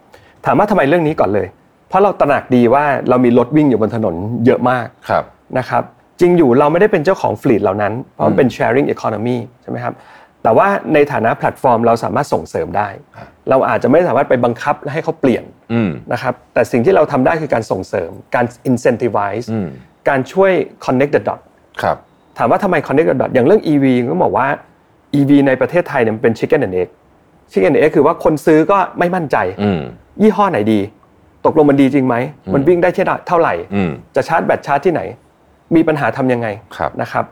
A: ถามว่าทำไมเรื่องนี้ก่อนเลย เพราะเราตระหนักดีว่าเรามีรถวิ่งอยู่บนถนนเยอะมาก
B: ครับ
A: นะครับจริงอยู่เราไม่ได้เป็นเจ้าของฟลีดเหล่านั้น เพราะมันเป็น sharing economy ใช่ไหมครับแต่ว่าในฐานะแพลตฟอร์มเราสามารถส่งเสริมได้
B: ครับ
A: เราอาจจะไม่สามารถไปบังคับและให้เขาเปลี่ยน
B: อืม
A: นะครับแต่สิ่งที่เราทำได้คือการส่งเสริมการ incentivize
B: อืม
A: การช่วย connect the dot
B: ครับ
A: ถามว่าทำไม connect the dot อย่างเรื่อง EV ก็บอกว่า EV ในประเทศไทยเนี่ยมันเป็น chicken and egg chicken and egg คือว่าคนซื้อก็ไม่มั่นใจ
B: อืม
A: ยี่ห้อไหนดี ตกลงมันดีจริงไหมมันวิ่งได้เท่าไหร่
B: อืม
A: จะชาร์จแบตชาร์จที่ไหน มีปัญหาทำยังไง
B: ครับ
A: นะครับ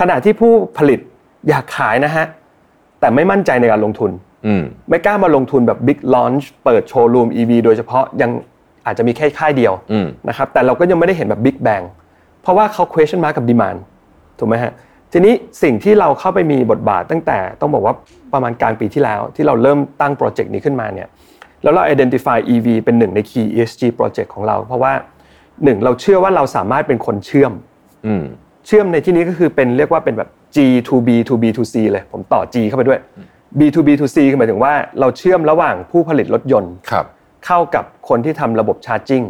A: ขณะที่ผู้ผลิตอยากขายนะฮะ แต่ไม่มั่นใจในการลงทุน
B: อืม
A: ไม่กล้ามาลงทุนแบบบิ๊กลอนช์เปิดโชว์รูม EV โดยเฉพาะยังอาจจะมีแค่ค่ายเดียว
B: อืม
A: นะครับ แต่เราก็ยังไม่ได้เห็นแบบบิ๊กแบงเพราะว่าเขา question mark กับ demand ถูกไหมฮะ ทีนี้สิ่งที่เราเข้าไปมีบทบาทตั้งแต่ต้องบอกว่าประมาณกลางปีที่แล้ว ที่เราเริ่มตั้งโปรเจกต์นี้ขึ้นมาเนี่ยแล้วเรา identify EV เป็นหนึ่งใน key ESG project ของเรา เพราะว่าหนึ่งเราเชื่อว่าเราสามารถเป็นคนเชื่อม
B: อืม
A: เชื่อมในที่นี้ก็คือเป็นเรียกว่าเป็นแบบ G to B to B to C เลยผมต่อ G เข้าไปด้วย B to B to C คือหมายถึงว่าเราเชื่อมระหว่างผู้ผลิตรถยนต์
B: ครับ
A: เข้ากับคนที่ทำระบบชาร์จิ่ง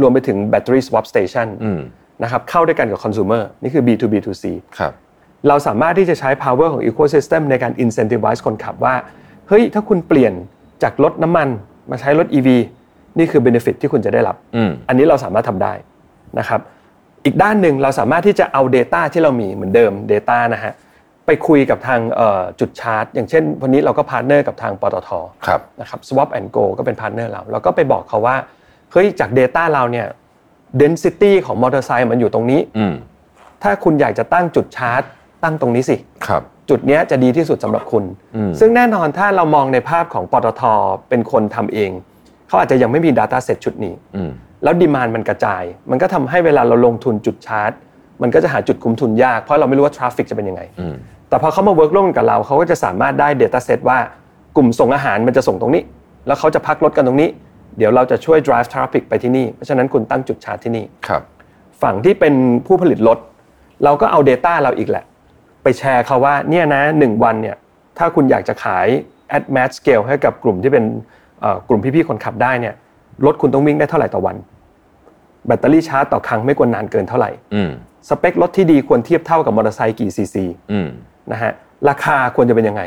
A: รวมไปถึงแบตเตอรี่สวอปสเตชัน
B: อืม
A: นะครับเข้าด้วยกันกับคอน sumer นี่คือ B to B to C
B: ครับ
A: เราสามารถที่จะใช้ power ของ ecosystem ในการ incentivize คนขับว่า เฮ้ย ถ้าคุณเปลี่ยนจากรถน้ำมันมาใช้รถ EV นี่คือ benefit ที่คุณจะได้รับ
B: อืม
A: อันนี้เราสามารถทำได้นะครับ อีกด้านหนึ่งเราสามารถที่จะเอา Data ที่เรามีเหมือนเดิม Data นะฮะไป ไปคุยกับทางเอ่อจุดชาร์จ อย่างเช่น วันนี้เราก็พาร์ทเนอร์กับทางปตท
B: ครับ
A: นะครับ Swap and Go ก็เป็นพาร์ทเนอร์เรา แล้วก็ไปบอกเขาว่า เฮ้ย จาก Data เราเนี่ย density ของมอเตอร์ไซค์มันอยู่ตรงนี้
B: อืม
A: ถ้าคุณอยากจะตั้งจุดชาร์จ ตั้งตรงนี้สิ
B: ครับ
A: จุดเนี้ยจะดีที่สุดสำหรับคุณ
B: อืม
A: ซึ่งแน่นอนถ้าเรามองในภาพของปตท เป็นคนทำเอง เขาอาจจะยังไม่มี Data Set ชุดนี้
B: อืม
A: แล้วดีมานมันกระจาย มันก็ทำให้เวลาเราลงทุนจุดชาร์จ มันก็จะหาจุดคุ้มทุนยาก เพราะเราไม่รู้ว่าทราฟฟิกจะเป็นยังไง
B: อืม
A: แต่พอเขามาเวิร์กร่วมกับเราเขาก็จะสามารถได้ Data Set ว่ากลุ่มส่งอาหารมันจะส่งตรงนี้ แล้วเขาจะพักรถกันตรงนี้ เดี๋ยวเราจะช่วย drive traffic ไปที่นี่ เพราะฉะนั้นคุณตั้งจุดชาร์จที่นี่
B: ครับ
A: ฝั่งที่เป็นผู้ผลิตรถ เราก็เอา Data เราอีกแหละ ไปแชร์เขาว่าเนี่ยนะหนึ่งวันเนี่ยถ้าคุณอยากจะขาย at mass scale ให้กับกลุ่มที่เป็นเอ่อกลุ่มพี่ๆคนขับได้เนี่ยรถคุณต้องวิ่งได้เท่าไหร่ต่อวัน แบตเตอรี่ชาร์จต่อครั้งไม่ควรนานเกินเท่าไหร่
B: อืม
A: สเปครถที่ดีควรเทียบเท่ากับมอเตอร์ไซค์กี่ซีซี
B: อืม
A: นะฮะราคาควรจะเป็นยังไง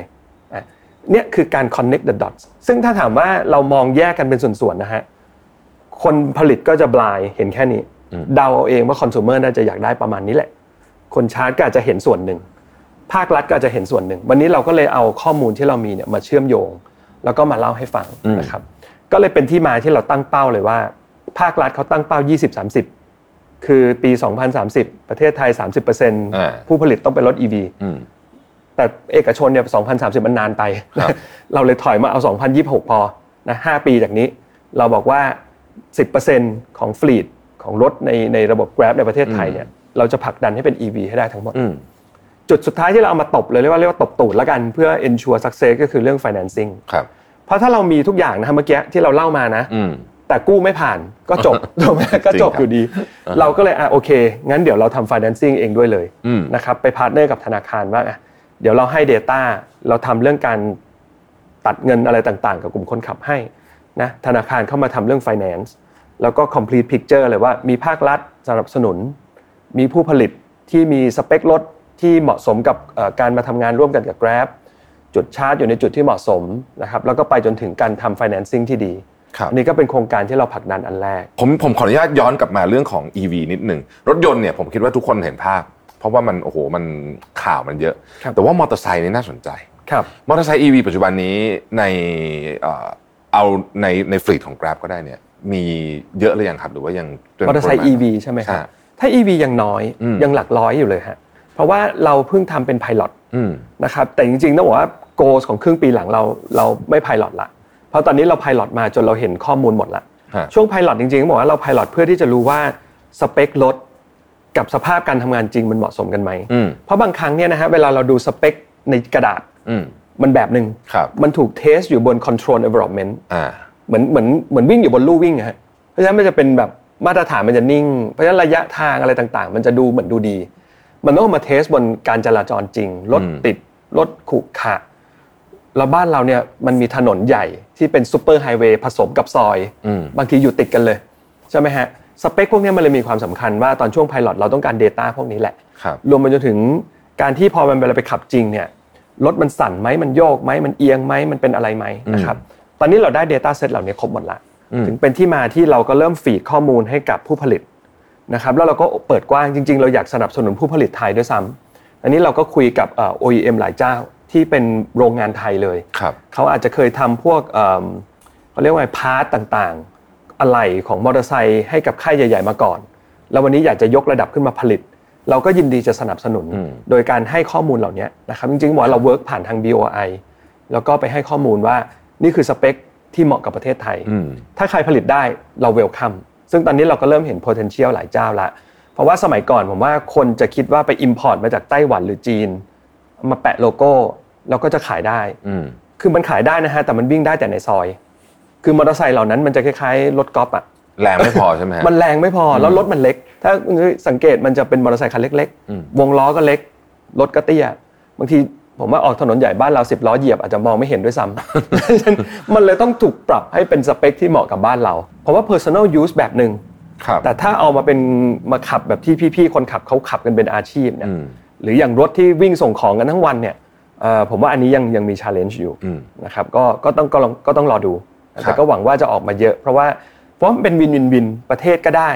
A: อ่ะเนี่ยคือการ connect the dots ซึ่งถ้าถามว่าเรามองแยกกันเป็นส่วนๆนะฮะคนผลิตก็จะบลายเห็นแค่นี้ เดาเอาเองว่าคอน sumer น่าจะอยากได้ประมาณนี้แหละ คนชาร์จก็อาจจะเห็นส่วนหนึ่ง ภาครัฐก็อาจจะเห็นส่วนหนึ่ง วันนี้เราก็เลยเอาข้อมูลที่เรามีเนี่ยมาเชื่อมโยง แล้วก็มาเล่าให้ฟังนะครับก็เลยเป็นที่มาที่เราตั้งเป้าเลยว่า ภาครัฐเขาตั้งเป้า 20-30 คือปี 2030 ประเทศไทย
B: า
A: 30%ผู้ผลิตต้องเป็นรถ EV
B: อืม
A: แต่เอกชนเนี่ย2030 มันนานไป
B: ครับ
A: เราเลยถอยมาเอา 2026 พอนะ5ปีจากนี้ เราบอกว่า 10%ของฟลีดของรถในในระบบ Grab ในประเทศไทยเนี่ยเราจะผลักดันให้เป็น EV ให้ได้ทั้งหมด
B: อืม
A: จุดสุดท้ายที่เราเอามาตบเลยเรียกว่าเรียกว่าตบตูดแล้วกันเพื่อ ensure success ก็คือเรื่อง financing
B: ครับ
A: เพราะถ้าเรามีทุกอย่างนะฮะเมื่อกี้ที่เราเล่ามานะ
B: อืม
A: แต่กู้ไม่ผ่านก็ จบ ถูกไหมก็จบอ
B: จริงครับ
A: ยู่ดี เราก็เลยอ่ะโอเค งั้นเดี๋ยวเราทำ financing เองด้วยเลย
B: อืม
A: นะครับไปพาร์ทเนอร์กับธนาคารว่าอ่ะเดี๋ยวเราให้ Data เราทำเรื่องการตัดเงินอะไรต่างๆ กับกลุ่มคนขับให้นะธนาคารเข้ามาทำเรื่อง finance แล้วก็ complete picture เลยว่ามีภาครัฐสนับสนุน มีผู้ผลิตที่มีสเปครถที่เหมาะสมกับเอ่อการมาทำงานร่วมกันกับ Grab จุดชาร์จอยู่ในจุดที่เหมาะสมนะครับแล้วก็ไปจนถึงการทำ financing ที่ดี
B: ครับ
A: อันนี้ก็เป็นโครงการที่เราผลักดันอันแรก
B: ผมผมขออนุญาตย้อนกลับมาเรื่องของ EV นิดหนึ่งรถยนต์เนี่ยผมคิดว่าทุกคนเห็นภาพ เพราะว่ามันโอ้โหมันข่าวมันเยอะ
A: ครับ
B: แต่ว่ามอเตอร์ไซค์นี่น่าสนใจ
A: ครับ
B: มอเตอร์ไซค์ EV ปัจจุบันนี้ในเอ่อเอาในในฟลีดของ Grab ก็ได้เนี่ยมีเยอะหรือยังครับ หรือว่ายัง
A: มอเตอร์ไซค์ EV ใช่ไหมครับ
B: ใช่
A: ถ้า EV ยังน้อย
B: อืม
A: ยังหลักร้อยอยู่เลยฮะเพราะว่าเราเพิ่งทำเป็นพ i l o t
B: อืม
A: นะครับแต่จริงๆต้องบอกว่าโกสของครึ่งปีหลังเราเราไม่พ i l o t ละเพราะตอนนี้เราพ i l o t มาจนเราเห็นข้อมูลหมดละ
B: ฮะ
A: ช่วงพ i l o t จริงๆต้องบอกว่าเราพ i l o t เพื่อที่จะรู้ว่าสเปครถกับสภาพการทำงานจริงมันเหมาะสมกันไหม
B: อืม
A: เพราะบางครั้งเนี่ยนะฮะเวลาเราดูสเปคในกระดาษ
B: อืม
A: มันแบบหนึ่ง
B: ครับ
A: มันถูกเทสอยู่บน control environment
B: อ่า
A: เหมือนเหมือนเหมือนวิ่งอยู่บนลู่วิ่งอะฮะ เพราะฉะนั้นมันจะเป็นแบบมาตรฐานมันจะนิ่ง เพราะฉะนั้นระยะทางอะไรต่างๆ มันจะดูเหมือนดูดี มันต้องมาเทสบนการจราจรจริง รถติด รถขรุขระแล้วบ้านเราเนี่ยมันมีถนนใหญ่ที่เป็นซูเปอร์ไฮเวย์ผสมกับซอย
B: อืม
A: บางทีอยู่ติดกันเลย ใช่ไหมฮะ สเปคพวกเนี้ยมันเลยมีความสำคัญว่าตอนช่วงไพลอตเราต้องการ Data พวกนี้แหละ
B: ครับ
A: รวมไปจนถึงการที่พอมันเวลาไปขับจริงเนี่ยรถมันสั่นไหมมันโยกไหมมันเอียงไหมมันเป็นอะไรไหมนะครับตอนนี้เราได้ Data Set เหล่านี้ครบหมดละถึงเป็นที่มาที่เราก็เริ่มฝีดข้อมูลให้กับผู้ผลิตนะครับแล้วเราก็เปิดกว้างจริง ๆ เราอยากสนับสนุนผู้ผลิตไทยด้วยซ้ำอันนี้เราก็คุยกับเอ่อ OEM หลายเจ้าที่เป็นโรงงานไทยเลย
B: ครับ
A: เขาอาจจะเคยทำพวกเอิ่มเขาเรียกว่าไงพาร์ตต่างๆ อะไหล่ของมอเตอร์ไซค์ให้กับค่ายใหญ่ ๆ มาก่อน แล้ววันนี้อยากจะยกระดับขึ้นมาผลิต เราก็ยินดีจะสนับสนุน โดยการให้ข้อมูลเหล่านี้นะครับ จริงๆหมอเราเวิร์กผ่านทาง BOI แล้วก็ไปให้ข้อมูลว่านี่คือสเปคที่เหมาะกับประเทศไทย
B: อืม
A: ถ้าใครผลิตได้เราเวลคัมซึ่งตอนนี้เราก็เริ่มเห็น potential หลายเจ้าละ เพราะว่าสมัยก่อนผมว่าคนจะคิดว่าไป import มาจากไต้หวันหรือจีน มาแปะโลโก้แล้วก็จะขายได้
B: อืม
A: คือมันขายได้นะฮะ แต่มันวิ่งได้แต่ในซอย คือมอเตอร์ไซค์เหล่านั้นมันจะคล้ายๆรถกอล์ฟอ่ะ
B: แรงไม่พอใช่ไหมฮะ
A: มันแรงไม่พอ แล้วรถมันเล็ก ถ้าสังเกตมันจะเป็นมอเตอร์ไซค์คันเล็ก
B: อืม
A: ๆ วงล้อก็เล็ก รถก็เตี้ย บางทีผมว่าออกถนนใหญ่บ้านเราสิบล้อเหยียบอาจจะมองไม่เห็นด้วยซ้ำ ฉะนั้นมันเลยต้องถูกปรับให้เป็นสเปคที่เหมาะกับบ้านเรา เพราะว่า personal use แบบหนึ่ง
B: ครับ
A: แต่ถ้าเอามาเป็นมาขับแบบที่พี่ๆ คนขับเขาขับกันเป็นอาชีพเนี่ย
B: อืม
A: หรืออย่างรถที่วิ่งส่งของกันทั้งวันเนี่ยเอ่อผมว่าอันนี้ยังยังมีชาเลนจ์อยู่
B: อืม
A: นะครับก็ก็ต้องก็ลองก็ต้องรอดู
B: ครั
A: แต่
B: บ
A: ก็หวังว่าจะออกมาเยอะ เพราะว่าเพราะมันเป็นวินวินวินประเทศก็ได้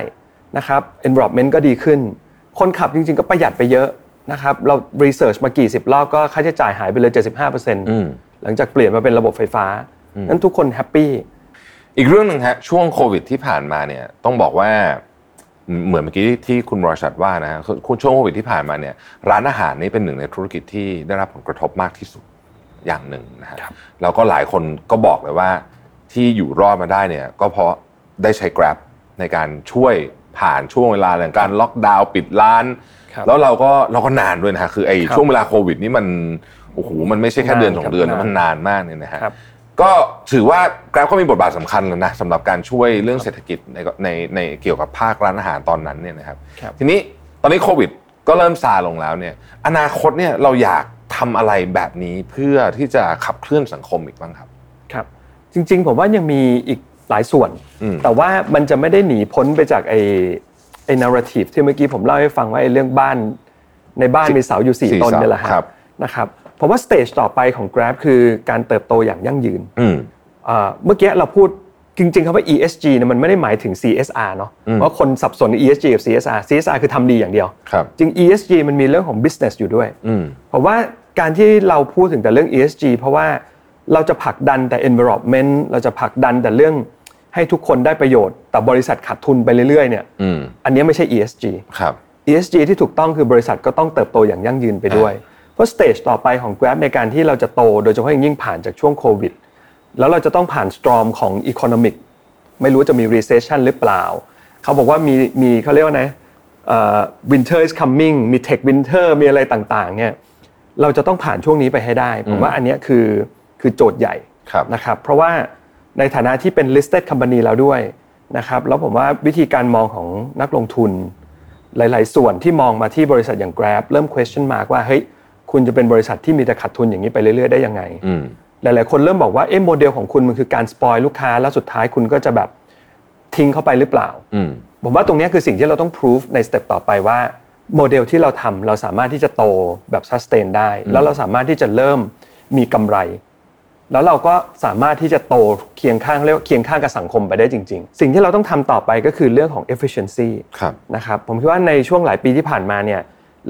A: นะครับ environment ก็ดีขึ้น คนขับจริงๆ ก็ประหยัดไปเยอะ นะครับเรารีเสิร์ชมากี่สิบรอบก็ค่าใช้จ่ายหายไปเลย
B: ม
A: 75%หลังจากเปลี่ยนมาเป็นระบบไฟฟ้านั้นทุกคนแฮปปี้
B: อีกเรื่องหนึ่งฮะช่วงโควิดที่ผ่านมาเนี่ยต้องบอกว่าเหมือนเมื่อกี้ที่คุณบริษัทว่านะฮะคือช่วงโควิดที่ผ่านมาเนี่ยร้านอาหารนี่เป็นหนึ่งในธุรกิจที่ได้รับผลกระทบมากที่สุดอย่างหนึ่งนะฮะแล้วก็หลายคนก็บอกเลยว่าที่อยู่รอดมาได้เนี่ยก็เพราะได้ใช้ Grab ในการช่วยผ่านช่วงเวลาแห่งการล็อกดาวน์ปิดร้าน
A: ครับ
B: แล้วเราก็เราก็นานด้วยนะฮะคือไอ้
A: ครับ
B: ช่วงเวลาโควิดนี่มันโอ้โหมันไม่ใช่แค่เดือนสองเดือน
A: นานครับ
B: นะมันนานมากเนี่ยนะฮะ
A: ครับ
B: ก็ถือว่า Grab ก็มีบทบาทสำคัญแล้วนะสำหรับการช่วยเรื่องเศรษฐกิจในในในเกี่ยวกับภาคร้านอาหารตอนนั้นเนี่ยนะครับ
A: ครับ
B: ทีนี้ตอนนี้โควิดก็เริ่มซาลงแล้วเนี่ย อนาคตเนี่ยเราอยากทำอะไรแบบนี้เพื่อที่จะขับเคลื่อนสังคมอีกบ้างครับ
A: ครับจริงๆ ผมว่ายังมีอีกหลายส่วน
B: อืม
A: แต่ว่ามันจะไม่ได้หนีพ้นไปจากไอ้ไอ้นาราทีฟที่เมื่อกี้ผมเล่าให้ฟังว่าไอ้เรื่องบ้านในบ้านมีเสาอยู่ 4ต้นเนี่ยแหละ
B: ค
A: ฮะ
B: รับ
A: นะครับเพราะว่าสเตจต่อไปของ Grab คือการเติบโตอย่างยั่งยืน
B: อืม
A: เอ่อเมื่อกี้เราพูดจริงๆคำว่า ESG เนี่ยมันไม่ได้หมายถึง CSR เนาะ
B: อืม
A: เพราะคนสับสน ESG กับ CSR CSR คือทำดีอย่างเดียว
B: ครับ
A: จริง ESG มันมีเรื่องของ business อยู่ด้วย
B: อืม
A: ผมว่าการที่เราพูดถึงแต่เรื่อง ESG เพราะว่าเราจะผลักดันแต่ environment เราจะผลักดันแต่เรื่องให้ทุกคนได้ประโยชน์ แต่บริษัทขาดทุนไปเรื่อยๆเนี่ย
B: อืม
A: อันนี้ไม่ใช่ ESG
B: ครับ
A: ESG ที่ถูกต้องคือบริษัทก็ต้องเติบโตอย่างยั่งยืนไปด้วย เพราะสเตจต่อไปของ Grab ในการที่เราจะโตโดยเฉพาะอย่างยิ่งผ่านจากช่วงโควิด แล้วเราจะต้องผ่านสตรอมของ Economic ไม่รู้ว่าจะมี Recession หรือเปล่า เขาบอกว่ามีมีเขาเรียกว่าไงเอ่อ Winter is coming มี Tech Winter มีอะไรต่างๆเนี่ยเราจะต้องผ่านช่วงนี้ไปให้ได้ ผมว่าอันเนี้ยคือคือโจทย์ใหญ่
B: ครับ
A: นะครับเพราะว่าในฐานะที่เป็น listed company แล้วด้วยนะครับแล้วผมว่าวิธีการมองของนักลงทุน หลาย ๆ ส่วนที่มองมาที่บริษัทอย่าง Grab เริ่ม question mark ว่าเฮ้ยคุณจะเป็นบริษัทที่มีแต่ขาดทุนอย่างนี้ไปเรื่อย ๆ ได้ยังไง
B: อืม
A: หลาย ๆ คนเริ่มบอกว่าเอ๊ะโมเดลของคุณมันคือการสปอยลูกค้า แล้วสุดท้ายคุณก็จะแบบทิ้งเข้าไปหรือเปล่า
B: อืม
A: ผมว่าตรงเนี้ยคือสิ่งที่เราต้อง proof ในสเต็ปต่อไปว่า โมเดลที่เราทำเราสามารถที่จะโตแบบ sustain ได้ แล้วเราสามารถที่จะเริ่มมีกำไร แล้วเราก็สามารถที่จะโตเคียงข้างเรียกว่าเคียงข้างกับสังคมไปได้จริง ๆ สิ่งที่เราต้องทำต่อไปก็คือเรื่องของ efficiency
B: ครับ
A: นะครับผมคิดว่าในช่วงหลายปีที่ผ่านมาเนี่ย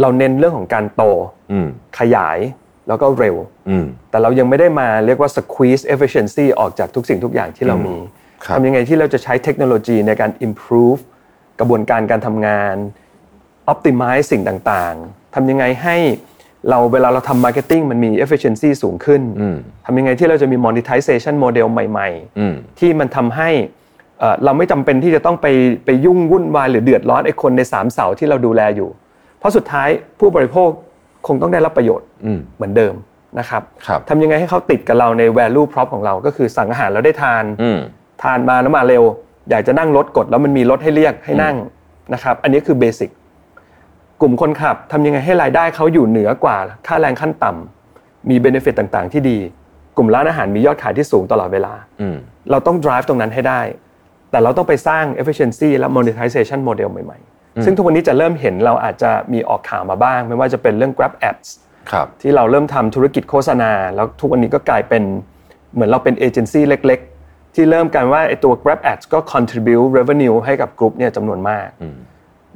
A: เราเน้นเรื่องของการโต
B: อืม
A: ขยายแล้วก็เร็ว
B: อืม
A: แต่เรายังไม่ได้มาเรียกว่า squeeze efficiency ออกจากทุกสิ่งทุกอย่างที่เรามี
B: ครับ
A: ทำยังไงที่เราจะใช้เทคโนโลยีในการ improve กระบวนการการทำงาน optimize สิ่งต่างๆทำยังไงให้เราเวลาเราทำ marketing มันมี efficiency สูงขึ้นทำยังไงที่เราจะมี monetization model ใหม่
B: อืม
A: ๆ ที่มันทำให้เอ่อเราไม่จำเป็นที่จะต้องไปไปยุ่งวุ่นวายหรือเดือดร้อนไอ้คนในสามเสาที่เราดูแลอยู่ เพราะสุดท้ายผู้บริโภคคงต้องได้รับประโยชน์
B: อืม
A: เหมือนเดิมนะครับ
B: ครับ
A: ทำยังไงให้เขาติดกับเราใน value prop ของเราก็คือสั่งอาหารแล้วได้ทาน
B: อืม
A: ทานมาแล้วมาเร็ว อยากจะนั่งรถกดแล้วมันมีรถให้เรียกให้นั่งนะครับ อันนี้คือเบสิกกลุ่มคนขับทำยังไงให้รายได้เขาอยู่เหนือกว่าค่าแรงขั้นต่ำมีเบนฟิตต่างๆ ที่ดี กลุ่มร้านอาหารมียอดขายที่สูงตลอดเวลา
B: อืม
A: เราต้อง drive ตรงนั้นให้ได้ แต่เราต้องไปสร้าง efficiency และ monetization model ใหม่ๆ ซึ่งทุกวันนี้จะเริ่มเห็นเราอาจจะมีออกข่าวมาบ้าง ไม่ว่าจะเป็นเรื่อง grab ads
B: ครับ
A: ที่เราเริ่มทำธุรกิจโฆษณา แล้วทุกวันนี้ก็กลายเป็นเหมือนเราเป็นเอเจนซี่เล็กๆ ที่เริ่มกันว่าไอตัว Grab Ads ก็ contribute revenue ให้กับกลุ่มเนี่ยจำนวนมาก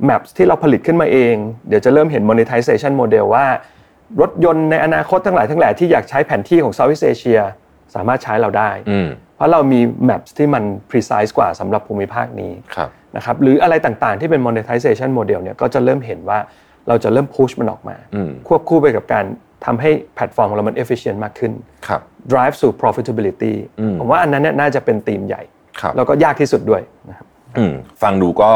A: Maps ที่เราผลิตขึ้นมาเอง เดี๋ยวจะเริ่มเห็น monetization model ว่า รถยนต์ในอนาคตทั้งหลายทั้งแหล่ที่อยากใช้แผนที่ของ Southeast Asia สามารถใช้เราได้
B: อืม
A: เพราะเรามี Maps ที่มัน precise กว่าสำหรับภูมิภาคนี้
B: ครับ
A: นะครับหรืออะไรต่างๆที่เป็น monetization model เนี่ยก็จะเริ่มเห็นว่าเราจะเริ่ม push มันออกมา
B: อืม
A: ควบคู่ไปกับการทำให้แพลตฟอร์มของเรามัน efficient มากขึ้น
B: ครับ
A: drive สู่ profitability ผมว่าอันนั้นเนี่ยน่าจะเป็นธีมใหญ่
B: ครับ
A: แล้วก็ยากที่สุดด้วย นะครับ
B: อืมฟังดูก็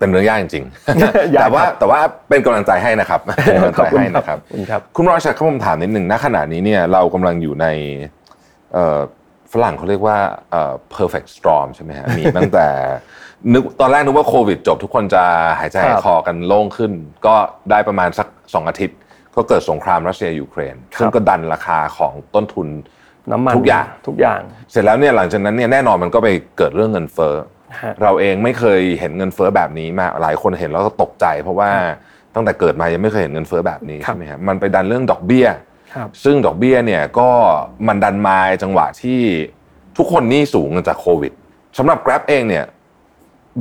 B: เป็นเรื่องยากจริงๆ
A: ยากครับ
B: แต่ว่าแต่ว่าเป็นกำลังใจให้นะครับ เป็นกำลังใจให้นะครับ
A: ขอบคุณครับ
B: คุณรอยชัดคำผมถามนิดหนึ่งณขณะนี้เนี่ยเรากำลังอยู่ในเอ่อฝรั่งเขาเรียกว่าเอ่อ perfect storm ใช่ไหมฮะมีตั้งแต่ นึกตอนแรกนึกว่าโควิดจบทุกคนจะหายใจ
A: ค
B: หาย
A: รับ
B: คอกันโล่งขึ้น ก็ได้ประมาณสักสองอาทิตย์ ก็เกิดสงครามรัสเซียยูเครนซึ่ง
A: ครับ
B: ก็ดันราคาของต้นทุน
A: น้ำมัน
B: ทุกอย่าง
A: ทุกอย่าง
B: เสร็จแล้วเนี่ยหลังจากนั้นเนี่ยแน่นอนมันก็ไปเกิดเรื่องเงินเฟ้อ
A: ฮะ
B: เราเองไม่เคยเห็นเงินเฟ้อแบบนี้มาหลายคนเห็นแล้วก็ตกใจ เพราะว่าตั้งแต่เกิดมายังไม่เคยเห็นเงินเฟ้อแบบนี้
A: ครับ
B: ใช่ไหมครับมันไปดันเรื่องดอกเบี้ย
A: ครับ
B: ซึ่งดอกเบี้ยเนี่ยก็มันดันมาจังหวะที่ทุกคนหนี่สูงเงินจากโควิดสำหรับ Grab เองเนี่ย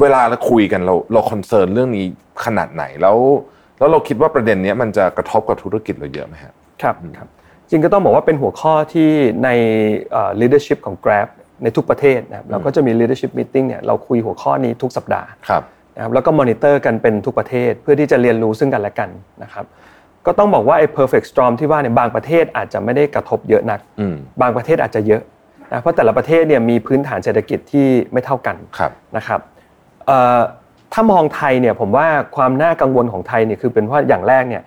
B: เวลาเราคุยกันเราเราคอนเซิร์นเรื่องนี้ขนาดไหนแล้ว แล้วเราคิดว่าประเด็นเนี้ยมันจะกระทบกับธุรกิจเราเยอะไหมฮะ
A: ครับครับจริงก็ต้องบอกว่าเป็นหัวข้อที่ในเอ่อ leadership ของ Grab ในทุกประเทศนะครับเราก็จะมี leadership meeting เนี่ยเราคุยหัวข้อนี้ทุกสัปดาห์
B: ครับ
A: นะครับแล้วก็มอนิเตอร์กันเป็นทุกประเทศเพื่อที่จะเรียนรู้ซึ่งกันและกันนะครับก็ต้องบอกว่าไอ้ perfect storm ที่ว่าเนี่ยบางประเทศอาจจะไม่ได้กระทบเยอะนัก
B: อืม
A: บางประเทศอาจจะเยอะนะเพราะแต่ละประเทศเนี่ยมีพื้นฐานเศรษฐกิจที่ไม่เท่ากัน
B: ครับ
A: นะครับเอ่อถ้ามองไทยเนี่ยผมว่าความน่ากังวลของไทยเนี่ยคือเป็นว่าอย่างแรกเนี่ย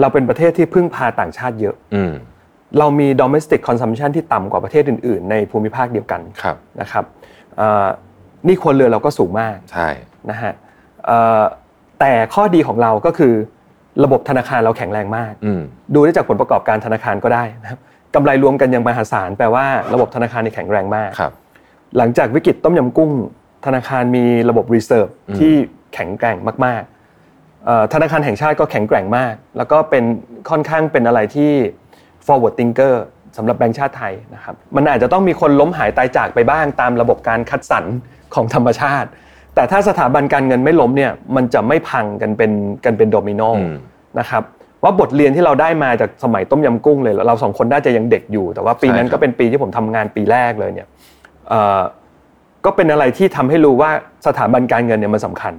A: เราเป็นประเทศที่พึ่งพาต่างชาติเยอะ
B: อืม
A: เรามี domestic consumption ที่ต่ำกว่าประเทศอื่น ๆ ในภูมิภาคเดียวกัน
B: ครับ
A: นะครับเอ่อหนี่ครัวรเรือนเราก็สูงมาก
B: ใช่
A: นะฮะเอ่อแต่ข้อดีของเราก็คือระบบธนาคารเราแข็งแรงมาก
B: อืม
A: ดูได้จากผลประกอบการธนาคารก็ได้นะครับกำไรรวมกันยังมหาศาลแปลว่าระบบธนาคารเนี่ยแข็งแรงมาก
B: ครับ
A: หลังจากวิกฤตต้มยำกุ้ง ธนาคารมีระบบรีเซิร์ฟที่แข็งแกร่งมากๆเอ่อธนาคารแห่งชาติก็แข็งแกร่งมาก แล้วก็เป็นค่อนข้างเป็นอะไรที่ forward thinker สำหรับแบงก์ชาติไทยนะครับมันอาจจะต้องมีคนล้มหายตายจากไปบ้างตามระบบการคัดสรรของธรรมชาติ แต่ถ้าสถาบันการเงินไม่ล้มเนี่ยมันจะไม่พังกันเป็นกันเป็นโดมิโน
B: อืม
A: นะครับว่าบทเรียนที่เราได้มาจากสมัยต้มยำกุ้งเลยเราสองคนน่าจะยังเด็กอยู่ แต่ว่าปีนั้นก็เป็นปีที่ผมทำงานปีแรกเลยเนี่ย เอ่อก็เป็นอะไรที่ทำให้รู้ว่าสถาบันการเงินเนี่ยมันสำคัญ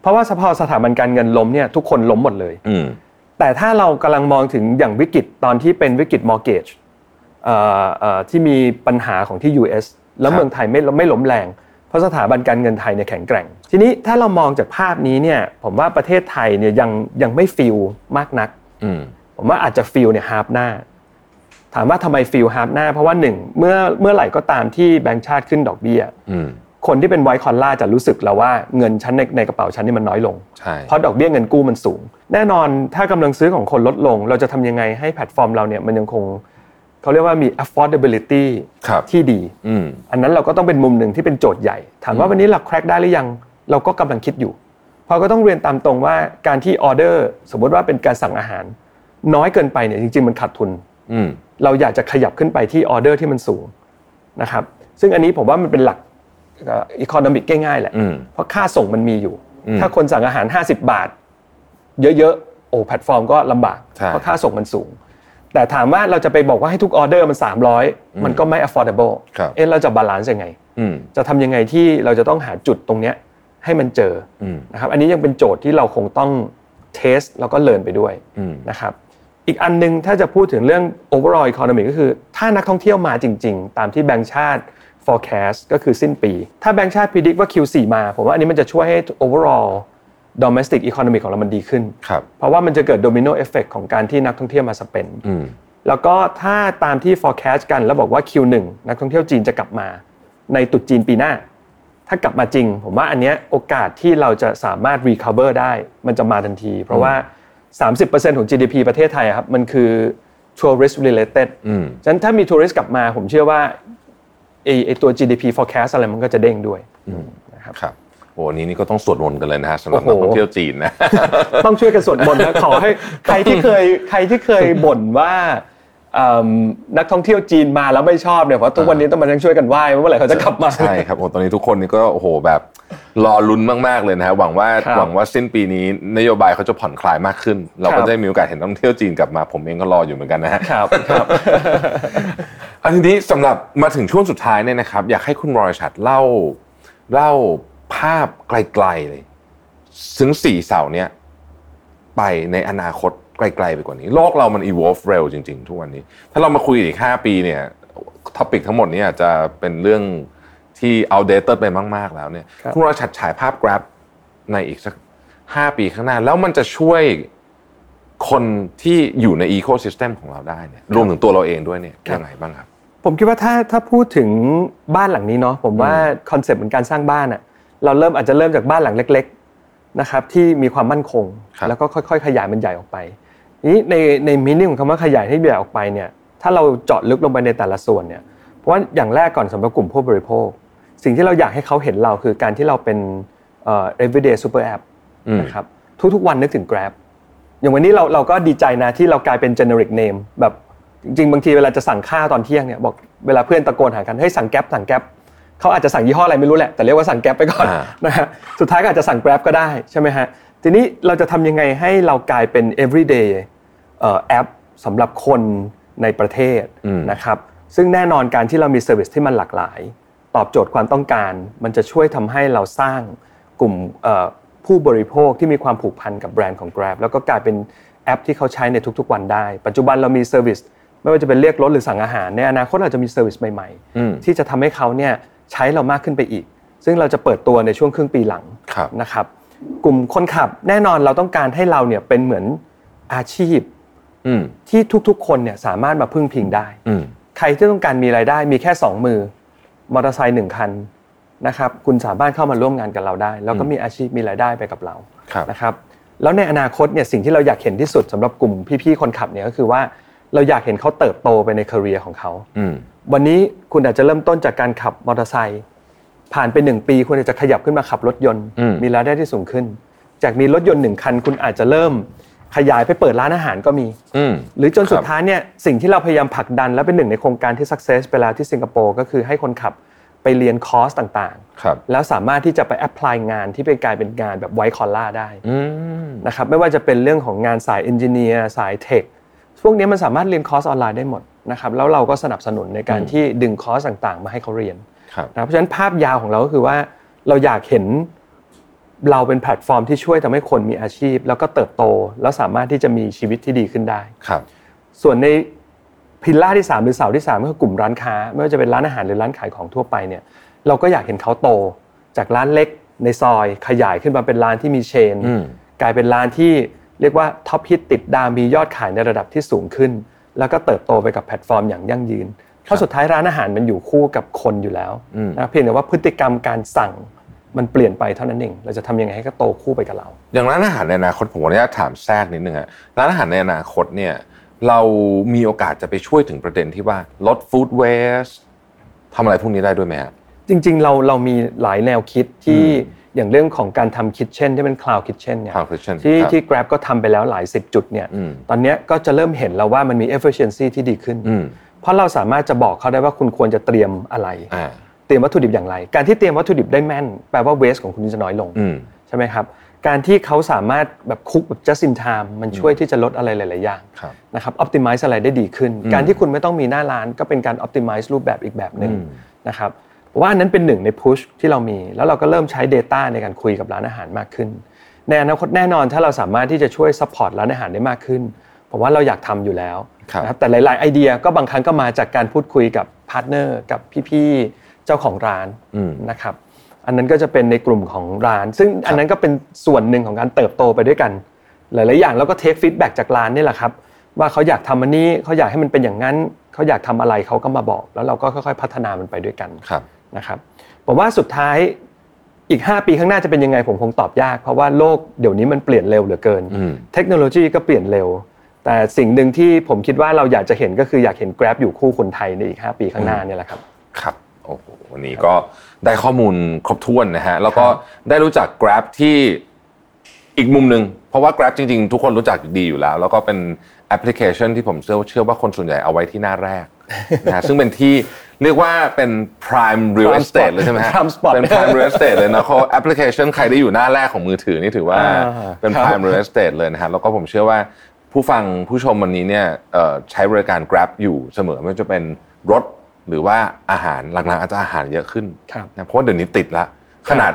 A: เพราะว่าพอสถาบันการเงินล้มเนี่ยทุกคนล้มหมดเลย
B: อืม
A: แต่ถ้าเรากำลังมองถึงอย่างวิกฤตตอนที่เป็นวิกฤตมอร์เกจที่มีปัญหาของที่ US แล้วเมืองไทยไม่ไม่ล้มแรง เพราะสถาบันการเงินไทยเนี่ยแข็งแกร่ง ทีนี้ถ้าเรามองจากภาพนี้เนี่ยผมว่าประเทศไทยเนี่ยยังยังไม่ฟิลมากนัก
B: อืม
A: ผมว่าอาจจะฟิลเนี่ยฮาร์ปหน้า ถามว่าทำไมฟิลฮาร์ปหน้า เพราะว่าหนึ่งเมื่อเมื่อไหร่ก็ตามที่แบงก์ชาติขึ้นดอกเบี้ย
B: อืม
A: คนที่เป็นไวท์คอลล่าจะรู้สึกแล้วว่าเงินชั้นในในกระเป๋าชั้นนี่มันน้อยลง
B: ใช่
A: เพราะดอกเบี้ยเงินกู้มันสูง แน่นอนถ้ากำลังซื้อของคนลดลง เราจะทำยังไงให้แพลตฟอร์มเราเนี่ยมันยังคงเขาเรียกว่ามี affordability
B: ครับ
A: ที่ดี
B: อืม
A: อันนั้นเราก็ต้องเป็นมุมหนึ่งที่เป็นโจทย์ใหญ่ ถามว่าวันนี้หลักแครกได้หรือยังเราก็กำลังคิดอยู่ เพราะก็ต้องเรียนตามตรงว่าการที่ออเดอร์สมมติว่าเป็นการสั่งอาหาร น้อยเกินไปเนี่ยจริง ๆ มันขาดทุน
B: อืม
A: เราอยากจะขยับขึ้นไปที่ออเดอร์ที่มันสูงนะครับซึ่งอันนี้ผมว่ามันเป็นหลักอีโคโนมิกง่ายๆแหละ
B: อืม
A: เพราะค่าส่งมันมีอยู่
B: อืม
A: ถ้าคนสั่งอาหาร 50 บาท เยอะๆ โอ้แพลตฟอร์มก็ลำบาก
B: ใช่
A: เพราะค่าส่งมันสูง แต่ถามว่าเราจะไปบอกว่าให้ทุกออเดอร์มัน 300 มันก็ไม่ affordable
B: ครับ
A: เอ๊ะเราจะบาลานซ์ยังไง
B: อืม
A: จะทำยังไงที่เราจะต้องหาจุดตรงเนี้ยให้มันเจอ
B: อืม
A: นะครับ อันนี้ยังเป็นโจทย์ที่เราคงต้องเทสแล้วก็เรียนไปด้วย
B: อืม
A: นะครับ อีกอันหนึงถ้าจะพูดถึงเรื่อง overall economy ก็คือ ถ้านักท่องเที่ยวมาจริง ๆ ตามที่แบงก์ชาติ forecast ก็คือสิ้นปี ถ้าแบงก์ชาติพิจิตว่า Q4 มา ผมว่าอันนี้มันจะช่วยให้ overall domestic economy ของเรามันดีขึ้น
B: ครับ
A: เพราะว่ามันจะเกิด domino effect ของการที่นักท่องเที่ยวมาสเปน
B: อืม
A: แล้วก็ถ้าตามที่ forecast กันแล้วบอกว่า Q1 นักท่องเที่ยวจีนจะกลับมา ในตรุษจีนปีหน้า ถ้ากลับมาจริง ผมว่าอันเนี้ยโอกาสที่เราจะสามารถ recover ได้มันจะมาทันที เพราะว่า 30%ของ GDP ประเทศไทยอะครับมันคือ tourist related
B: อืม
A: ฉะนั้นถ้ามี tourist กลับมาผมเชื่อว่าไอไอตัว GDP forecast อะไรมันก็จะเด้งด้วยนะครับ
B: ครับโอ้อันนี้นี่ก็ต้องสวดมนต์กันเลยนะฮะสำหรับ
A: โอ้
B: นัก
A: โห
B: ท่องเที่ยวจีนนะ
A: ต้องช่วยกันสวดมนต์นะขอให้ใครที่เคยใครที่เคยบ่นว่าเอิ่มนักท่องเที่ยวจีนมาแล้วไม่ชอบเนี่ยเพราะทุกวันนี้ต้องมานั่งช่วยกันไหว้ว่าเมื่อไหร่เขาจะกลับมา
B: ใช่ครับโอ้ตอนนี้ทุกคนนี่ก็โอ้โหแบบรอลุ้นมากๆเลยนะฮะหวังว่า
A: ครับ
B: หวังว่าสิ้นปีนี้นโยบายเขาจะผ่อนคลายมากขึ้น เราก็จะได้มีโอกาสเห็นนักท่องเที่ยวจีนกลับมาผมเองก็รออยู่เหมือนกันนะฮะ
A: ครับครับ
B: อันนี้สำหรับมาถึงช่วงสุดท้ายเนี่ยนะครับ อยากให้คุณวรชัดเล่าเล่าภาพไกลๆเลยถึงสี่เสาเนี้ยไปในอนาคตไกลๆไปกว่านี้ โลกเรามัน evolve เร็วจริงๆ ทุกวันนี้ ถ้าเรามาคุยอีก 5 ปีเนี่ยท็อปิกทั้งหมดเนี้อาจจะเป็นเรื่องที่ outdated ไปมาก ๆ แล้วเนี่ย
A: ครับ
B: คุณวรชัดฉายภาพ Grab ในอีกสัก 5 ปีข้างหน้า แล้วมันจะช่วยคนที่อยู่ใน ecosystem ของเราได้เนี่ยรวมถึงตัวเราเองด้วยเนี่ยยังไงบ้างครับ
A: ผมคิดว่าถ้าถ้าพูดถึงบ้านหลังนี้เนาะผมว่าคอนเซปต์เหมือนการสร้างบ้านอะเราเริ่มอาจจะเริ่มจากบ้านหลังเล็กๆนะครับที่มีความมั่นคง
B: ครับ
A: แล้วก็ค่อยๆ ขยายมันใหญ่ออกไปนี้ในในมินิของคำว่าขยายให้ใหญ่ออกไปเนี่ยถ้าเราเจาะลึกลงไปในแต่ละส่วนเนี่ยเพราะว่าอย่างแรกก่อนสำหรับกลุ่มผู้บริโภค สิ่งที่เราอยากให้เขาเห็นเราคือการที่เราเป็นเอ่อ everyday super app
B: อืม
A: นะครับทุกๆวันนึกถึง Grab อย่างวันนี้เราเราก็ดีใจนะที่เรากลายเป็น generic name แบบจริงๆ บางทีเวลาจะสั่งข้าวตอนเที่ยงเนี่ยบอกเวลาเพื่อนตะโกนหากันให้ยสั่งแก๊ปสั่งแก๊ปเขาอาจจะสั่งยี่ห้ออะไรไม่รู้แหละแต่เรียกว่าสั่งแก๊ปไปก่อน
B: อ่า
A: นะฮะสุดท้ายก็อาจจะสั่ง Grab ก็ได้ใช่ไหมฮะ ทีนี้เราจะทำยังไงให้เรากลายเป็น everyday เอ่อแอปสำหรับคนในประเทศนะครับ ซึ่งแน่นอนการที่เรามีเซอร์วิสที่มันหลากหลาย ตอบโจทย์ความต้องการ มันจะช่วยทำให้เราสร้างกลุ่มเอ่อผู้บริโภคที่มีความผูกพันกับแบรนด์ของ Grab แล้วก็กลายเป็นแอปที่เขาใช้ในทุกๆ วันได้ ปัจจุบันเรามีเซอร์วิสไม่ว่าจะเป็นเรียกรถหรือสั่งอาหาร ในอนาคตอาจจะมีเซอร์วิสใหม่ๆ ที่จะทำให้เขาเนี่ยใช้เรามากขึ้นไปอีก ซึ่งเราจะเปิดตัวในช่วงครึ่งปีหลัง
B: ครับ
A: นะครับกลุ่มคนขับแน่นอนเราต้องการให้เราเนี่ยเป็นเหมือนอาชีพ
B: อืม
A: ที่ทุกๆ คนเนี่ยสามารถมาพึ่งพิงได้
B: อืม
A: ใครที่ต้องการมีรายได้มีแค่ 2 มือมอเตอร์ไซค์หนึ่งคันนะครับคุณสามารถเข้ามาร่วมงานกับเราได้ แล้วก็มีอาชีพมีรายได้ไปกับเรา
B: ครับ
A: นะครับแล้วในอนาคตเนี่ยสิ่งที่เราอยากเห็นที่สุดสำหรับกลุ่มพี่ๆคนขับเนี่ยก็คือว่าเราอยากเห็นเขาเติบโตไปในคาเรียของเขา
B: อืม
A: วันนี้คุณอาจจะเริ่มต้นจากการขับมอเตอร์ไซค์ผ่านไปหนึ่งปี คุณอาจจะขยับขึ้นมาขับรถยนต์
B: อืม
A: มีรายได้ที่สูงขึ้น จากมีรถยนต์หนึ่งคัน คุณอาจจะเริ่มขยายไปเปิดร้านอาหารก็มี
B: อืม
A: หรือจนสุด
B: ครับ
A: ท้ายเนี่ยสิ่งที่เราพยายามผลักดันและเป็นหนึ่งในโครงการที่ success ไปแล้วที่สิงคโปร์ก็คือให้คนขับไปเรียนคอร์สต่าง
B: ครับ
A: ๆ แล้วสามารถที่จะไปแอพพลายงานที่เป็นกลายเป็นงานแบบไวคอล่าได้
B: อืม
A: นะครับไม่ว่าจะเป็นเรื่องของงานสายเอนจิเนียร์สายเทคพวกนี้มันสามารถเรียนคอร์สออนไลน์ได้หมดนะครับแล้วเราก็สนับสนุนในการที่ดึงคอร์สต่างๆ มาให้เขาเรียน
B: ครับ
A: นะครับเพราะฉะนั้นภาพยาวของเราก็คือว่าเราอยากเห็นเราเป็นแพลตฟอร์มที่ช่วยทำให้คนมีอาชีพ แล้วก็เติบโต แล้วสามารถที่จะมีชีวิตที่ดีขึ้นได้
B: ครับ
A: ส่วนในพิลล่าที่ 3 หรือเสาที่ 3 ก็คือกลุ่มร้านค้า ไม่ว่าจะเป็นร้านอาหารหรือร้านขายของทั่วไปเนี่ยเราก็อยากเห็นเขาโต จากร้านเล็กในซอยขยายขึ้นมาเป็นร้านที่มีเชน
B: อืม
A: กลายเป็นร้านที่เรียกว่าท็อปฮิตติดดาวมียอดขายในระดับที่สูงขึ้น แล้วก็เติบโตไปกับแพลตฟอร์มอย่างยั่งยืนเพราะสุดท้ายร้านอาหารมันอยู่คู่กับคนอยู่แล้วนะเพียงแต่ว่าพฤติกรรมการสั่งมันเปลี่ยนไปเท่านั้นเองเราจะทำยังไงให้เขาโตคู่ไปกับเรา
B: อย่างร้านอาหารในอนาคตผมขออนุญาตถามแทรกนิดนึงอะร้านอาหารในอนาคตเนี่ย เรามีโอกาสจะไปช่วยถึงประเด็นที่ว่าลดฟู้ดเวสทำอะไรพวกนี้ได้ด้วยไหมฮะ
A: จริงๆ เราเรามีหลายแนวคิดที่อย่างเรื่องของการทำคิทเช่นที่เป็น cloud kitchen เนี่ย
B: Cloud kitchen
A: ที่
B: ครับ
A: ที่ Grab ก็ทำไปแล้วหลาย 10 จุดเนี่ย
B: อืม
A: ตอนเนี้ยก็จะเริ่มเห็นแล้วว่ามันมี efficiency ที่ดีขึ้น
B: อืม
A: เพราะเราสามารถจะบอกเขาได้ว่าคุณควรจะเตรียมอะไร
B: อ่า
A: เตรียมวัตถุดิบอย่างไร การที่เตรียมวัตถุดิบได้แม่น แปลว่า waste ของคุณจะน้อยลง
B: อืม
A: ใช่ไหมครับ การที่เขาสามารถแบบคุกแบบ just in time มันช่วยที่จะลดอะไรหลาย ๆ อย่าง
B: ครับ
A: นะครับ optimize อะไรได้ดีขึ้น การที่คุณไม่ต้องมีหน้าร้านก็เป็นการ optimize รูปแบบอีกแบบหนึ่งนะครับผมว่าอันนั้นเป็นหนึ่งใน push ที่เรามี แล้วเราก็เริ่มใช้ data ในการคุยกับร้านอาหารมากขึ้น ในอนาคตแน่นอนถ้าเราสามารถที่จะช่วย support ร้านอาหารได้มากขึ้น ผมว่าเราอยากทำอยู่แล้ว
B: ครับ
A: นะ แต่หลาย ๆ ไอเดียก็บางครั้งก็มาจากการพูดคุยกับพาร์ทเนอร์กับพี่ๆเจ้าของร้านนะครับ อันนั้นก็จะเป็นในกลุ่มของร้าน ซึ่งอันนั้นก็เป็นส่วนหนึ่งของการเติบโตไปด้วยกัน หลาย ๆ อย่างแล้วก็เทคฟีดแบ็กจากร้านนี่แหละครับ ว่าเขาอยากทำอันนี้เขาอยากให้มันเป็นอย่างนั้น เขาอยากทำอะไรเขาก็มาบอก แล้วเราก็ค่อย ๆ พัฒนามันไปด้วยกัน
B: ครับ
A: นะครับผมว่าสุดท้ายอีก 5 ปีข้างหน้าจะเป็นยังไงผมคงตอบยาก เพราะว่าโลกเดี๋ยวนี้มันเปลี่ยนเร็วเหลือเกิน
B: อืม
A: เทคโนโลยีก็เปลี่ยนเร็ว แต่สิ่งหนึ่งที่ผมคิดว่าเราอยากจะเห็นก็คืออยากเห็น Grab อยู่คู่คนไทยในอีก 5 ปีข้างหน้าเนี่ยแหละครับ
B: ครับโอ้โหวันนี้ก็ได้ข้อมูลครบถ้วนนะฮะ แล้วก็ได้รู้จัก Grab ที่อีกมุมหนึ่งเพราะว่า Grab จริงๆ ทุกคนรู้จักดีอยู่แล้ว แล้วก็เป็นแอปพลิเคชันที่ผมเชื่อเชื่อว่าคนส่วนใหญ่เอาไว้ที่หน้าแรก นะฮะ ซึ่งเป็นที่เรียกว่าเป็น prime real
A: Prime
B: estate
A: spot
B: เลยใช่ไหมฮะ
A: Prime spot
B: เป็น prime real estate เลยนะเขาแอปพลิเคชันใครได้อยู่หน้าแรกของมือถือนี่ถือว่า
A: อ่า
B: เป็น prime real estate เลยนะฮะแล้วก็ผมเชื่อว่าผู้ฟังผู้ชมวันนี้เนี่ยเอ่อใช้บริการ Grab อยู่เสมอไม่ว่าจะเป็นรถหรือว่าอาหารหลังๆอาจจะอาหารเยอะขึ้น
A: ครับ
B: นะเพราะว่าเดี๋ยวนี้ติดละขนาด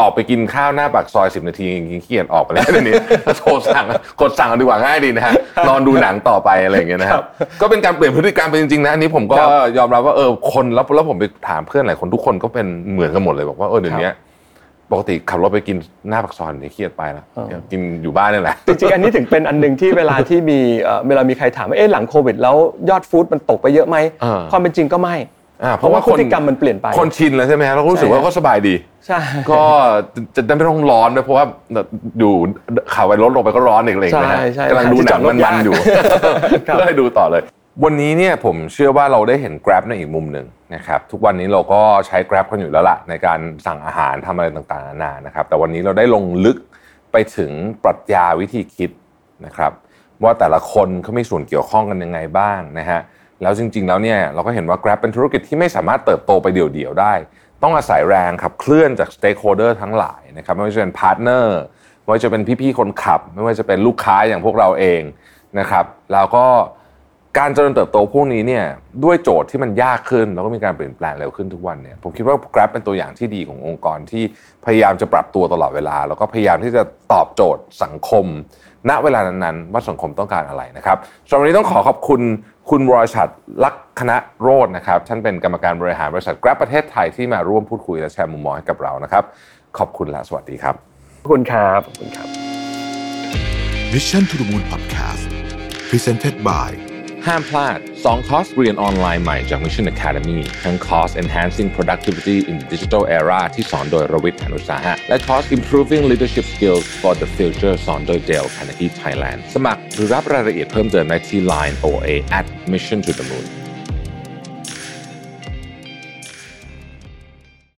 B: ออกไปกินข้าวหน้าปากซอย 10 นาทียังขี้เกียจอ อกไปแล้วเดี๋ยวนี้ โทรสั่งกดสั่งเอาดีกว่าง่ายดีนะฮะนอนดูหนังต่อไปอะไรอย่างเงี้ยนะฮะก็เป็นการเปลี่ยนพฤติกรรมไปจริงๆนะอันนี้ผมก็ยอมรับว่าเออคนแล้วแล้วผมไปถามเพื่อนหลายคนทุกคนก็เป็นเหมือนกันหมดเลยบอกว่าเออเดี๋ยวนี้ ปกติขับรถไปกินหน้าปากซอยเนี่ยเครียดไปแล้วอยากกินอยู่บ้านนี่แหละ
A: จริง ๆ อันนี้ถึงเป็นอันหนึ่งที่เวลาที่มีเอ่อเวลามีใครถามว่าเอ๊ะหลังโควิดแล้วยอดฟู้ดมันตกไปเยอะไหม
B: อ่า
A: ความเป็นจริงก็ไม่
B: อ่
A: เพราะว่าพฤติกรรมมันเปลี่ยนไป
B: คนชินแล้วใช่ไหมฮะเราก็รู้สึก
A: ใช่
B: ว่าก็สบายดี
A: ใช่
B: ก็จะจะได้ไม่ต้องร้อนด้วยเพราะว่าอยู่ข่าวไปรถลงไปก็ร้อนอีกอะไรอย่างเลยนะ
A: ใช่ใช่
B: กำลังดูหนัง
A: หาที่จอดรถ
B: มั
A: ยาน ก
B: ๆอยู่
A: ครับ
B: ก็เลยดูต่อเลย วันนี้เนี่ยผมเชื่อว่าเราได้เห็น Grab ในอีกมุมหนึ่งนะครับทุกวันนี้เราก็ใช้ Grab กันอยู่แล้วล่ะในการสั่งอาหารทำอะไรต่างๆนานานะครับแต่วันนี้เราได้ลงลึกไปถึงปรัชญาวิธีคิดนะครับ ว่าแต่ละคนเขามีส่วนเกี่ยวข้องกันยังไงบ้างนะฮะแล้วจริง ๆ แล้วเนี่ยเราก็เห็นว่า Grab เป็นธุรกิจที่ไม่สามารถเติบโตไปเดี่ยวๆได้ ต้องอาศัยแรงขับเคลื่อนจากสเต็กโฮเดอร์ทั้งหลายนะครับไม่ว่าจะเป็นพาร์ทเนอร์ ไม่ว่าจะเป็นพี่ๆคนขับ ไม่ว่าจะเป็นลูกค้าอย่างพวกเราเองนะครับ แล้วก็การเจริญเติบโตพวกนี้เนี่ยด้วยโจทย์ที่มันยากขึ้น แล้วก็มีการเปลี่ยนแปลงเร็วขึ้นทุกวันเนี่ยผมคิดว่า Grab เป็นตัวอย่างที่ดีขององค์กรที่พยายามจะปรับตัวตลอดเวลา แล้วก็พยายามที่จะตอบโจทย์สังคม ณเวลานั้นๆว่าสังคมต้องการอะไรนะครับสำหรับวันนี้ต้องขอขอบคุณคุณวรชัดลักษณะโรจน์นะครับท่านเป็นกรรมการบริหารบริษัท Grab ประเทศไทยที่มาร่วมพูดคุยและแชร์มุมมองให้กับเรานะครับ ขอบคุณและสวัสดีครับ
A: ขอบคุณครับขอบคุณครับ
C: Mission to the Moon Podcast Presented by
B: ห้ามพลาด 2 คอร์สเรียนออนไลน์ใหม่จาก Mission Academy ทั้งคอร์ส Enhancing Productivity in the Digital Era ที่สอนโดยรวิทย์หานุสาหะ และคอร์ส Improving Leadership Skills for the Future สอนโดยเจลคานา g ี Thailand สมัครหรือรับรายละเอียดเพิ่มเติมได้ที่ Line OA at Mission to the Moon